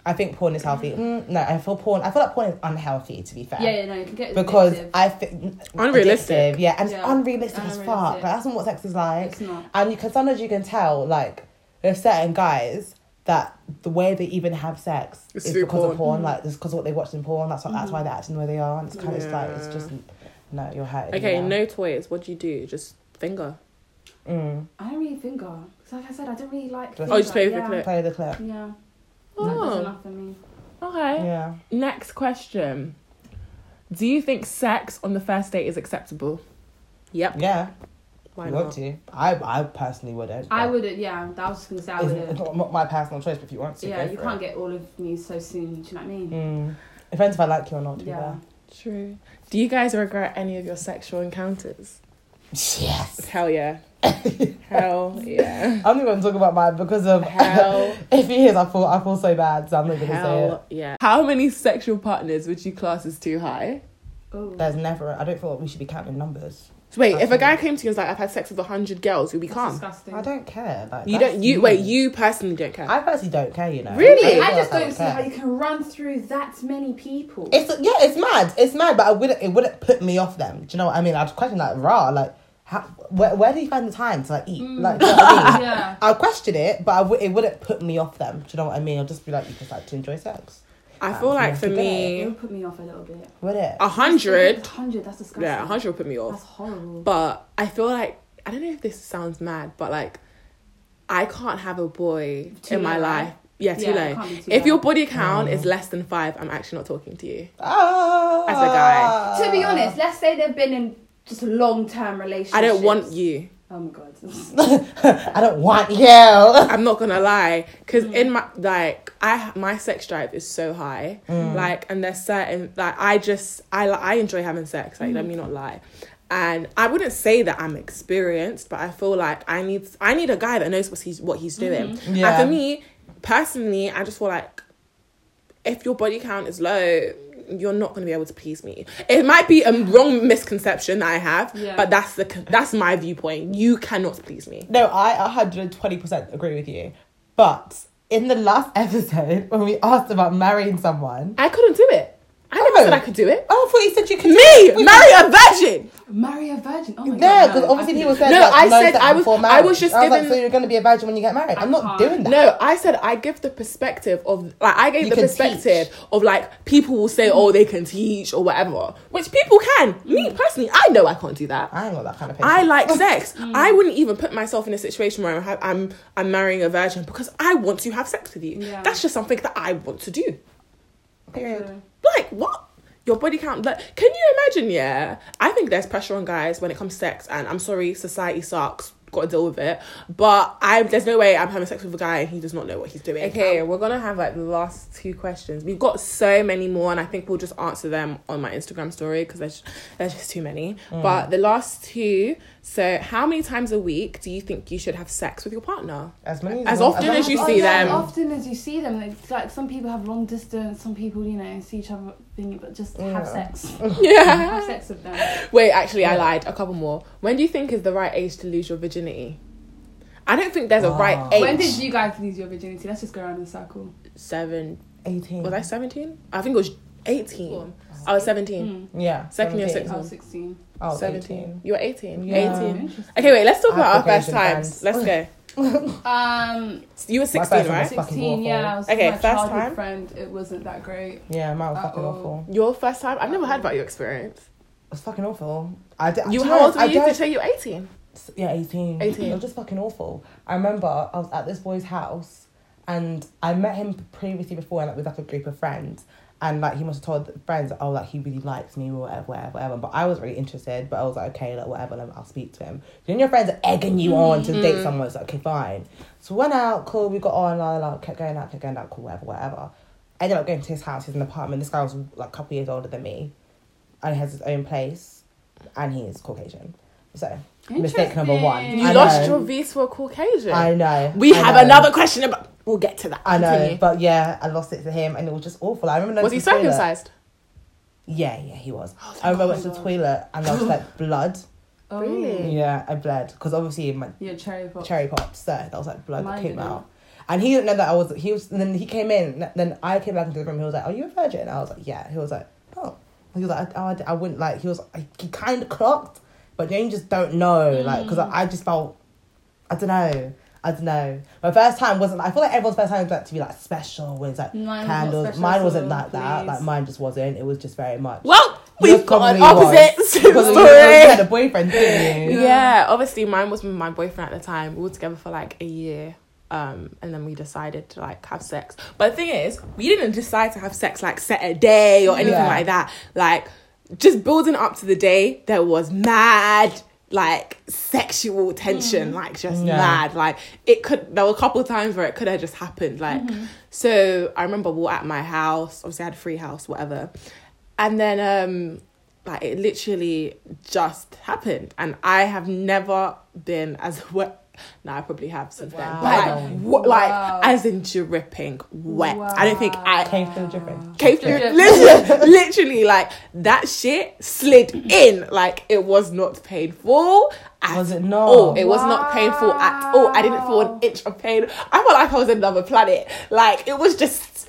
Speaker 4: I think porn is healthy. Mm, no, I feel porn. I feel like porn is unhealthy. To be fair,
Speaker 3: yeah, yeah, no, you can get
Speaker 4: because
Speaker 3: addictive.
Speaker 4: I think
Speaker 2: Unrealistic.
Speaker 4: yeah, and it's
Speaker 3: Yeah.
Speaker 4: unrealistic as fuck. Like,
Speaker 3: Unrealistic.
Speaker 4: that's not what sex is like.
Speaker 3: It's not.
Speaker 4: And you can sometimes you can tell like there's certain guys that the way they even have sex
Speaker 2: It's
Speaker 4: is
Speaker 2: through
Speaker 4: because of
Speaker 2: porn.
Speaker 4: porn. Like it's because of what they watched in porn. That's why that's why they're acting the way they are. And it's kind of just like it's
Speaker 2: Yeah.
Speaker 4: just no, you're hurting.
Speaker 2: Okay,
Speaker 4: yeah.
Speaker 2: no toys. What do you do? Just finger.
Speaker 4: Mm.
Speaker 3: I don't really finger. 'Cause like I said, I don't really like.
Speaker 4: Just-
Speaker 3: Finger.
Speaker 4: Oh,
Speaker 2: you just play with
Speaker 3: yeah.
Speaker 2: the clip.
Speaker 4: Play the clip.
Speaker 3: Yeah. That
Speaker 2: Oh.
Speaker 3: does enough for me.
Speaker 2: Okay.
Speaker 4: Yeah.
Speaker 2: Next question. Do you think sex on the first date is acceptable? Yep.
Speaker 4: Yeah,
Speaker 2: Why
Speaker 4: I
Speaker 2: not?
Speaker 4: want to. I I personally wouldn't.
Speaker 3: I
Speaker 4: but
Speaker 3: wouldn't. Yeah, that was gonna say I
Speaker 4: It's,
Speaker 3: wouldn't.
Speaker 4: it's not my personal choice, but if you want to,
Speaker 3: yeah,
Speaker 4: go
Speaker 3: you
Speaker 4: for
Speaker 3: can't
Speaker 4: it.
Speaker 3: get all of me so soon. Do you know what I mean?
Speaker 4: Mm. It depends if I like you or not. To
Speaker 3: Yeah.
Speaker 2: True. Do you guys regret any of your sexual encounters?
Speaker 4: be fair. Yes.
Speaker 2: [laughs] Hell yeah. Hell yeah.
Speaker 4: [laughs] I'm not going to talk about mine because of
Speaker 2: Hell.
Speaker 4: [laughs] if he is, I feel I feel so bad, so I'm not going to say it.
Speaker 2: Hell yeah. How many sexual partners would you class as too high?
Speaker 3: Oh.
Speaker 4: There's never. I don't feel like we should be counting numbers.
Speaker 2: So wait, if a
Speaker 4: Absolutely.
Speaker 2: guy came to you and was like, I've had sex with 100 girls, you'd be
Speaker 3: That's
Speaker 2: calm.
Speaker 3: disgusting.
Speaker 4: I don't care. Like,
Speaker 2: You
Speaker 4: that's
Speaker 2: don't, you, wait, you personally don't care.
Speaker 4: I personally don't care. You know.
Speaker 2: Really?
Speaker 4: feel
Speaker 3: I just
Speaker 4: like
Speaker 3: don't see
Speaker 4: care.
Speaker 3: how you can run through that many people.
Speaker 4: It's yeah, it's mad. It's mad, but I wouldn't. It wouldn't put me off them. Do you know what I mean? I'd question like, raw, like, how, where, where do you find the time to like eat?
Speaker 2: [laughs]
Speaker 3: Mm.
Speaker 4: Like, [laughs] do you know what I mean?
Speaker 3: yeah.
Speaker 4: I'll question it, but I w- it wouldn't put me off them. Do you know what I mean? I'll just be like, you just like to enjoy sex,
Speaker 2: I feel like for
Speaker 3: It
Speaker 2: me,
Speaker 3: would put me off a little bit.
Speaker 4: would it?
Speaker 2: a 100,
Speaker 3: hundred. That's disgusting.
Speaker 2: yeah, a 100 would put me off.
Speaker 3: That's horrible.
Speaker 2: But I feel like I don't know if this sounds mad, but like I can't have a boy
Speaker 3: Too
Speaker 2: in my
Speaker 3: low.
Speaker 2: life. Yeah, too
Speaker 3: Yeah, it
Speaker 2: low.
Speaker 3: can't be too
Speaker 2: if
Speaker 3: low.
Speaker 2: your body count is less than five, I'm actually not talking to you.
Speaker 4: Ah.
Speaker 2: As a guy.
Speaker 3: to be honest, let's say they've been in just long-term relationships.
Speaker 2: I don't want you.
Speaker 3: Oh my god.
Speaker 4: [laughs]
Speaker 3: [laughs]
Speaker 4: I don't want you. [laughs]
Speaker 2: [laughs] I'm not gonna lie, because in my like I my sex drive is so high, like and there's certain like I just I li- I enjoy having sex. Like let me not lie. And I wouldn't say that I'm experienced, but I feel like I need I need a guy that knows what he's what he's doing.
Speaker 4: Yeah.
Speaker 2: And for me personally, I just feel like if your body count is low, you're not going to be able to please me. It might be a wrong misconception that I have,
Speaker 3: Yeah.
Speaker 2: but that's the con- that's my viewpoint. You cannot please me.
Speaker 4: No, I 120% agree with you. But in the last episode, when we asked about marrying someone,
Speaker 2: I couldn't do it. I never
Speaker 4: Oh.
Speaker 2: said I could do it.
Speaker 4: oh, I thought you said you could.
Speaker 2: Me marry a virgin.
Speaker 3: Marry a virgin. Oh my
Speaker 4: No,
Speaker 3: god.
Speaker 4: because obviously
Speaker 3: I
Speaker 4: people
Speaker 3: couldn't.
Speaker 4: said
Speaker 2: No,
Speaker 4: like,
Speaker 2: I said
Speaker 4: sex
Speaker 2: I was-
Speaker 4: before
Speaker 2: I
Speaker 4: marriage.
Speaker 2: was just
Speaker 4: I was like,
Speaker 2: given-
Speaker 4: so you're going to be a virgin when you get married. I'm not
Speaker 3: can't.
Speaker 4: doing that.
Speaker 2: No, I said I give the perspective of like I gave
Speaker 4: You
Speaker 2: the
Speaker 4: can
Speaker 2: perspective of like people will say oh they can teach or whatever, which people can. Me personally, I know I can't do that.
Speaker 4: Mm. I ain't got that kind of patience. Mm.
Speaker 2: I
Speaker 4: [laughs]
Speaker 2: like sex. I wouldn't even put myself in a situation where I'm ha- I'm I'm marrying a virgin because I want to have sex with you.
Speaker 3: Yeah.
Speaker 2: That's just something that I want to do.
Speaker 4: Period.
Speaker 2: Like what? Your body count. Like, can you imagine? Yeah, I think there's pressure on guys when it comes to sex, and I'm sorry, society sucks. Got to deal with it. But I there's no way I'm having sex with a guy and he does not know what he's doing. Um, Okay, we're gonna have like the last two questions. We've got so many more, and I think we'll just answer them on my Instagram story because there's there's just too many. But the last two. So, how many times a week do you think you should have sex with your partner?
Speaker 4: As many
Speaker 2: As
Speaker 4: you want-
Speaker 2: often as you
Speaker 4: long
Speaker 2: see
Speaker 3: oh, yeah,
Speaker 2: them.
Speaker 3: Often as you see them, it's like some people have long distance, some people, you know, see each other, thing, but just have
Speaker 4: Yeah.
Speaker 2: [laughs]
Speaker 3: sex.
Speaker 2: [laughs] Yeah.
Speaker 3: have sex with them.
Speaker 2: Wait, actually, I lied. A couple more. When do you think is the right age to lose your virginity? I don't think there's a right
Speaker 4: Wow.
Speaker 2: age.
Speaker 3: When did you guys lose your virginity? Let's just go around in a circle.
Speaker 2: Seven.
Speaker 4: 18.
Speaker 2: Was I 17? I think it was 18. I was 17.
Speaker 3: Mm.
Speaker 4: yeah.
Speaker 2: Second year,
Speaker 4: 17.
Speaker 3: I was 16.
Speaker 4: I was
Speaker 2: 17.
Speaker 4: 18.
Speaker 2: You were 18.
Speaker 4: Yeah.
Speaker 2: 18.
Speaker 3: Interesting.
Speaker 2: Okay, wait, let's talk
Speaker 4: I
Speaker 2: about our
Speaker 4: have
Speaker 2: first
Speaker 4: vacation
Speaker 2: times.
Speaker 4: plans.
Speaker 2: Let's go.
Speaker 3: Um,
Speaker 2: You were
Speaker 4: first
Speaker 2: 16,
Speaker 4: one was
Speaker 2: right?
Speaker 4: fucking
Speaker 3: 16,
Speaker 4: awful.
Speaker 3: yeah. I was
Speaker 2: Okay,
Speaker 3: with my
Speaker 2: first
Speaker 3: childhood
Speaker 2: time?
Speaker 3: friend. It wasn't that great.
Speaker 4: Yeah, mine was fucking
Speaker 3: Uh-oh.
Speaker 4: awful.
Speaker 2: Your first time? I've never heard about your experience.
Speaker 4: It was fucking awful. I did,
Speaker 2: You,
Speaker 4: do
Speaker 2: how old
Speaker 4: know, I
Speaker 2: were you to
Speaker 4: don't-
Speaker 2: show you 18?
Speaker 4: Yeah, 18.
Speaker 2: 18.
Speaker 4: It was just fucking awful. I remember I was at this boy's house and I met him previously before like, with like a group of friends. And like he must have told the friends, oh, like he really likes me or whatever, whatever, whatever. But I was really interested, but I was like, okay, like whatever, like, I'll speak to him. Then your friends are egging you on to date someone. It's like, okay, fine. So we went out, cool, we got on, la la la, kept going out, kept going out, cool, whatever, whatever. I ended up going to his house, he's in an apartment. This guy was like a couple years older than me and he has his own place and he is Caucasian. So mistake number one.
Speaker 3: Interesting.
Speaker 2: You
Speaker 4: I
Speaker 2: lost
Speaker 4: know.
Speaker 2: your visa for a Caucasian.
Speaker 4: I know.
Speaker 2: we
Speaker 4: I
Speaker 2: have
Speaker 4: know.
Speaker 2: another question about. We'll get to that.
Speaker 4: I know,
Speaker 2: Continue.
Speaker 4: but yeah, I lost it to him, and it was just awful. I remember.
Speaker 2: Was
Speaker 4: going
Speaker 2: he
Speaker 4: to the toilet.
Speaker 2: circumcised? Oh,
Speaker 4: Yeah, yeah, he was.
Speaker 2: thank
Speaker 4: I remember I went
Speaker 3: God.
Speaker 4: to the toilet and there was like blood.
Speaker 3: Oh.
Speaker 2: Really?
Speaker 4: Yeah, I bled because obviously my
Speaker 3: Yeah, cherry pop.
Speaker 4: cherry pops so that was like blood
Speaker 3: Mine
Speaker 4: that came
Speaker 3: didn't.
Speaker 4: out. And he didn't know that I was. He was. And then he came in. and Then I came back into the room. He was like, "Are you a virgin?" I was like, "Yeah." He was like, "Oh." He was like, "I, oh, I, d- I wouldn't like." He was. I, he kind of clocked, but then you just don't know, like, because
Speaker 3: Mm.
Speaker 4: I, I just felt. I don't know. I don't know. My first time wasn't. I feel like everyone's first time is like to be like special with like
Speaker 3: Mine was not
Speaker 4: candles.
Speaker 3: special
Speaker 4: mine
Speaker 3: at
Speaker 4: wasn't
Speaker 3: all,
Speaker 4: like that.
Speaker 3: please.
Speaker 4: Like mine just wasn't. It was just very much. [laughs]
Speaker 2: Well,
Speaker 4: Yours
Speaker 2: we've got an
Speaker 4: probably
Speaker 2: opposite
Speaker 4: was,
Speaker 2: story.
Speaker 4: because You, you had a boyfriend,
Speaker 3: [laughs]
Speaker 4: didn't you?
Speaker 2: yeah. obviously mine was with my boyfriend at the time. We were together for like a year. Um, and then we decided to like have sex. But the thing is, we didn't decide to have sex like set a day or anything
Speaker 4: Yeah.
Speaker 2: like that. Like just building up to the day, there was mad like sexual tension, like just
Speaker 4: Yeah.
Speaker 2: mad. Like it could there were a couple times where it could have just happened. Like
Speaker 4: Mm-hmm.
Speaker 2: so I remember we were at my house, obviously I had a free house, whatever. And then um like it literally just happened. And I have never been as [laughs] wet now I probably have since
Speaker 4: Wow.
Speaker 2: then. But like, wh- like
Speaker 3: Wow.
Speaker 2: as in dripping wet. I don't think I
Speaker 4: Came through dripping.
Speaker 2: came through literally, literally like that shit slid in like it was not painful at
Speaker 4: Was it not?
Speaker 2: all it was not painful at all i didn't feel an inch of pain i felt like i was in another planet like it was just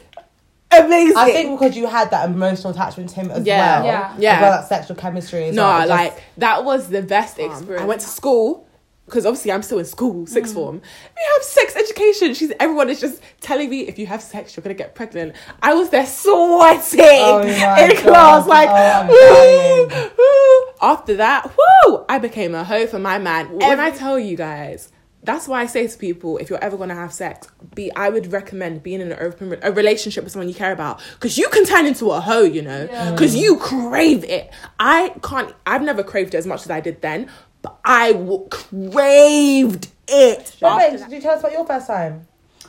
Speaker 2: amazing
Speaker 4: I think because you had that emotional attachment to him as
Speaker 2: Yeah.
Speaker 4: well.
Speaker 3: Yeah.
Speaker 2: Yeah.
Speaker 4: About that sexual chemistry. As
Speaker 2: no
Speaker 4: well. it just-
Speaker 2: like that was the best experience Mm. i went to school because obviously I'm still in school, sixth form. We have sex education. She's everyone is just telling me if you have sex, you're gonna get pregnant. I was there sweating
Speaker 4: Oh my
Speaker 2: in
Speaker 4: God.
Speaker 2: class, like
Speaker 4: Oh, I'm
Speaker 2: "Ooh,
Speaker 4: dying.
Speaker 2: Woo. [laughs] After that, whoo, I became a hoe for my man. And I tell you guys, that's why I say to people, if you're ever gonna have sex, be I would recommend being in an open a relationship with someone you care about, because you can turn into a hoe, you know, because you crave it. I can't. I've never craved it as much as I did then, but I w- craved it.
Speaker 4: But
Speaker 2: after
Speaker 4: babe,
Speaker 2: that.
Speaker 4: did you tell us about your first time?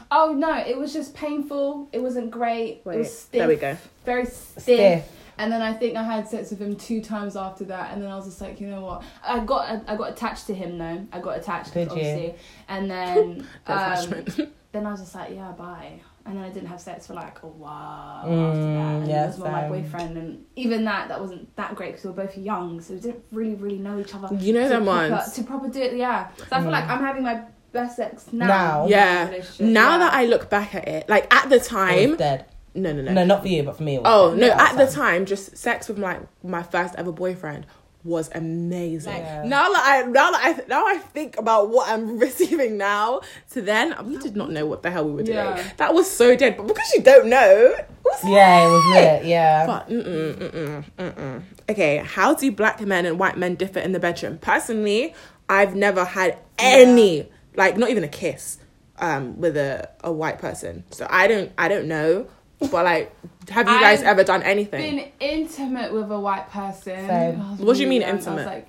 Speaker 3: Oh no, it was just painful. It wasn't great.
Speaker 2: Wait,
Speaker 3: it was stiff.
Speaker 2: there we go.
Speaker 3: Very stiff.
Speaker 4: Stiff.
Speaker 3: And then I think I had sex with him two times after that. And then I was just like, you know what? I got I, I got attached to him though. I got attached,
Speaker 4: Did you?
Speaker 3: obviously. And then um,
Speaker 2: Attachment.
Speaker 3: [laughs] then I was just like, yeah, bye. And then I didn't have sex for like a while
Speaker 4: Mm,
Speaker 3: after that. And
Speaker 4: yeah,
Speaker 3: it was with my
Speaker 4: same.
Speaker 3: boyfriend, and even that, that wasn't that great because we were both young, so we didn't really, really know each other.
Speaker 2: You know
Speaker 3: to
Speaker 2: them
Speaker 3: proper,
Speaker 2: ones.
Speaker 3: to proper do it, yeah. So I feel like I'm having my best sex now.
Speaker 4: Now.
Speaker 2: yeah. Now that I look back at it, like at the
Speaker 4: Or
Speaker 2: time,
Speaker 4: dead.
Speaker 2: no, no, no,
Speaker 4: No, not for you, but for me. it was
Speaker 2: Oh
Speaker 4: dead.
Speaker 2: no!
Speaker 4: First
Speaker 2: At the time, just sex with my my first ever boyfriend was amazing.
Speaker 4: Yeah.
Speaker 2: Now that I now that I now I think about what I'm [laughs] receiving now to then, we did not know what the hell we were doing.
Speaker 3: Yeah.
Speaker 2: That was so dead. But because you don't know, it was
Speaker 4: Yeah, it was
Speaker 2: lit.
Speaker 4: lit. Yeah.
Speaker 2: But mm-mm, mm-mm, mm-mm. okay, how do black men and white men differ in the bedroom? Personally, I've never had any, like not even a kiss, um, with a, a white person. So I don't I don't know. But like, have you guys
Speaker 3: I've
Speaker 2: ever done anything?
Speaker 3: been intimate with a white person.
Speaker 4: Same.
Speaker 3: I
Speaker 2: What
Speaker 3: was
Speaker 2: do you
Speaker 3: really
Speaker 2: mean
Speaker 3: young.
Speaker 2: intimate?
Speaker 3: I was like,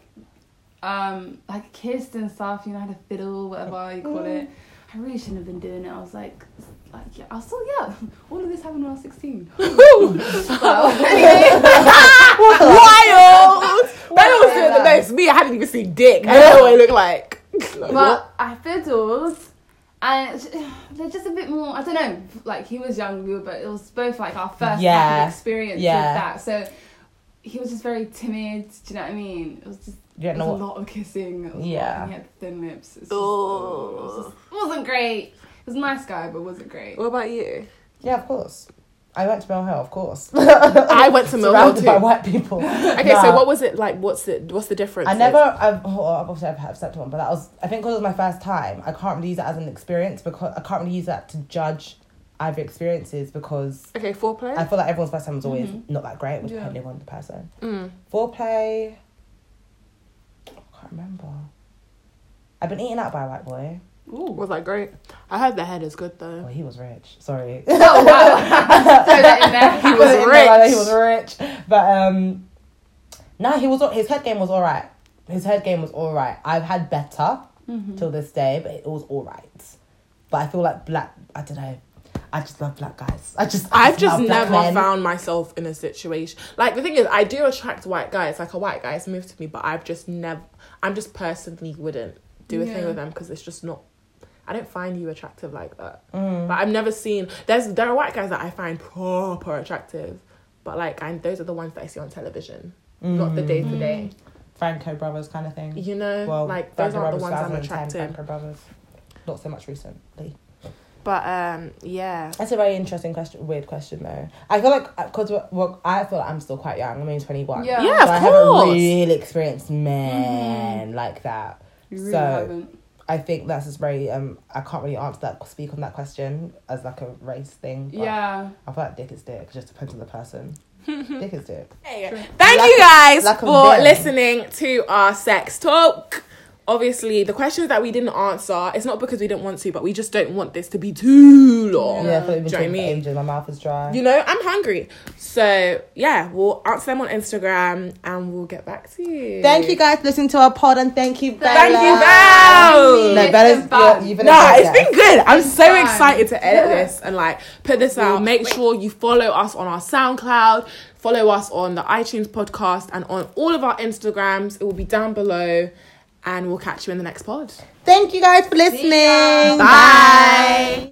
Speaker 3: um, like kissed and stuff. You know, I had a fiddle, whatever you call it. I really shouldn't have been doing it. I was like, like yeah, I was still young. [laughs] All of this happened when I was sixteen. [laughs]
Speaker 2: wild. That was doing the most. Me, I hadn't even seen dick. I don't know what it looked like. Like, what?
Speaker 3: But I fiddled, and it's- they're just [sighs] a bit more. I don't know. Like he was young, we were, but it was both like our first
Speaker 4: Yeah.
Speaker 3: yeah. experience
Speaker 4: Yeah.
Speaker 3: with that. So he was just very timid. Do you know what I mean? It was just
Speaker 4: You don't
Speaker 3: it was
Speaker 4: know
Speaker 3: a
Speaker 4: what.
Speaker 3: lot of kissing. It was
Speaker 4: Yeah.
Speaker 3: yeah, he had thin lips. It's just, oh, it was just- it wasn't great. It was a nice guy, but
Speaker 2: [laughs]
Speaker 3: wasn't great. [laughs] Oh,
Speaker 2: What about you?
Speaker 4: Yeah, of course. I went to Mill Hill, of course.
Speaker 2: I went to Millwall
Speaker 4: Surrounded by
Speaker 2: too.
Speaker 4: white people.
Speaker 2: [laughs] Okay, so what was it like? What's it? What's the difference?
Speaker 4: I never, I've, oh, I've obviously I've had sex with one, but that was, I think because it was my first time, I can't really use that as an experience because I can't really use that to judge either experiences because
Speaker 2: Okay,
Speaker 4: I
Speaker 2: foreplay.
Speaker 4: feel like everyone's first time is always not that great,
Speaker 3: Yeah.
Speaker 4: depending on the person.
Speaker 2: Mm-hmm. Mm.
Speaker 4: Foreplay, I can't remember. I've been eaten out by a white boy.
Speaker 2: Was that great? I heard the head is good
Speaker 4: Well,
Speaker 2: though.
Speaker 4: he was rich.
Speaker 2: [laughs]
Speaker 4: Sorry.
Speaker 3: Oh wow! Throw that in there.
Speaker 2: He
Speaker 4: Put
Speaker 2: was
Speaker 4: it in there like that,
Speaker 2: rich.
Speaker 4: He was rich. But um, nah, he was al- his head game was all right. His head game was all right. I've had better
Speaker 2: Mm-hmm.
Speaker 4: till this day, but it was all right. But I feel like black. I don't know. I just love black guys. I just
Speaker 2: I've just
Speaker 4: love black
Speaker 2: never
Speaker 4: men.
Speaker 2: found myself in a situation like the thing is I do attract white guys like a white guy's moved to me but I've just never I'm just personally wouldn't do a thing
Speaker 3: Yeah.
Speaker 2: with them because it's just not I don't find you attractive like that
Speaker 4: Mm.
Speaker 2: but I've never seen there's there are white guys that I find proper attractive but like I those are the ones that I see on television not the day to day
Speaker 4: Franco Brothers kind of thing.
Speaker 2: you know
Speaker 4: Mm. Well,
Speaker 2: like those
Speaker 4: Franco
Speaker 2: aren't the
Speaker 4: Brothers
Speaker 2: ones
Speaker 4: 2010,
Speaker 2: I'm attracted
Speaker 4: Franco Brothers. Not so much recently.
Speaker 2: but um yeah
Speaker 4: That's a very interesting question. Weird question though. I feel like because well, I feel like I'm still quite young. I'm only 21.
Speaker 3: Yeah.
Speaker 2: yeah
Speaker 4: so
Speaker 2: of
Speaker 4: I
Speaker 2: course Mm.
Speaker 4: haven't really experienced men like that.
Speaker 3: You really
Speaker 4: so
Speaker 3: haven't.
Speaker 4: I think that's just very um I can't really answer that speak on that question as like a race thing. but
Speaker 3: Yeah.
Speaker 4: I feel like dick is dick, it just depends on the
Speaker 2: [laughs]
Speaker 4: person. dick is dick.
Speaker 2: Hey, Thank
Speaker 4: Lack
Speaker 2: you
Speaker 4: of-
Speaker 2: guys
Speaker 4: lack of
Speaker 2: for
Speaker 4: them.
Speaker 2: listening to our sex talk. obviously the questions that we didn't answer, it's not because we didn't want to, but we just don't want this to be too long.
Speaker 4: Yeah, for
Speaker 2: Do you know
Speaker 4: even
Speaker 2: what I mean?
Speaker 4: ages. My mouth is dry.
Speaker 2: You know, I'm hungry. So yeah, we'll answer them on Instagram and we'll get back to you.
Speaker 4: Thank you guys for listening to our pod and thank you, Bella.
Speaker 2: Thank you, Val.
Speaker 4: No,
Speaker 3: It's
Speaker 4: Bella's
Speaker 3: been fun.
Speaker 4: you're- you've been a
Speaker 2: No,
Speaker 4: great
Speaker 2: it's
Speaker 4: guest.
Speaker 2: been good. I'm so
Speaker 3: fun.
Speaker 2: excited to edit
Speaker 3: Yeah.
Speaker 2: this and like put this out. Make sure you follow us on our SoundCloud, follow us on the iTunes podcast, and on all of our Instagrams. It will be down below, and we'll catch you in the next pod.
Speaker 4: Thank you guys for listening.
Speaker 2: Bye.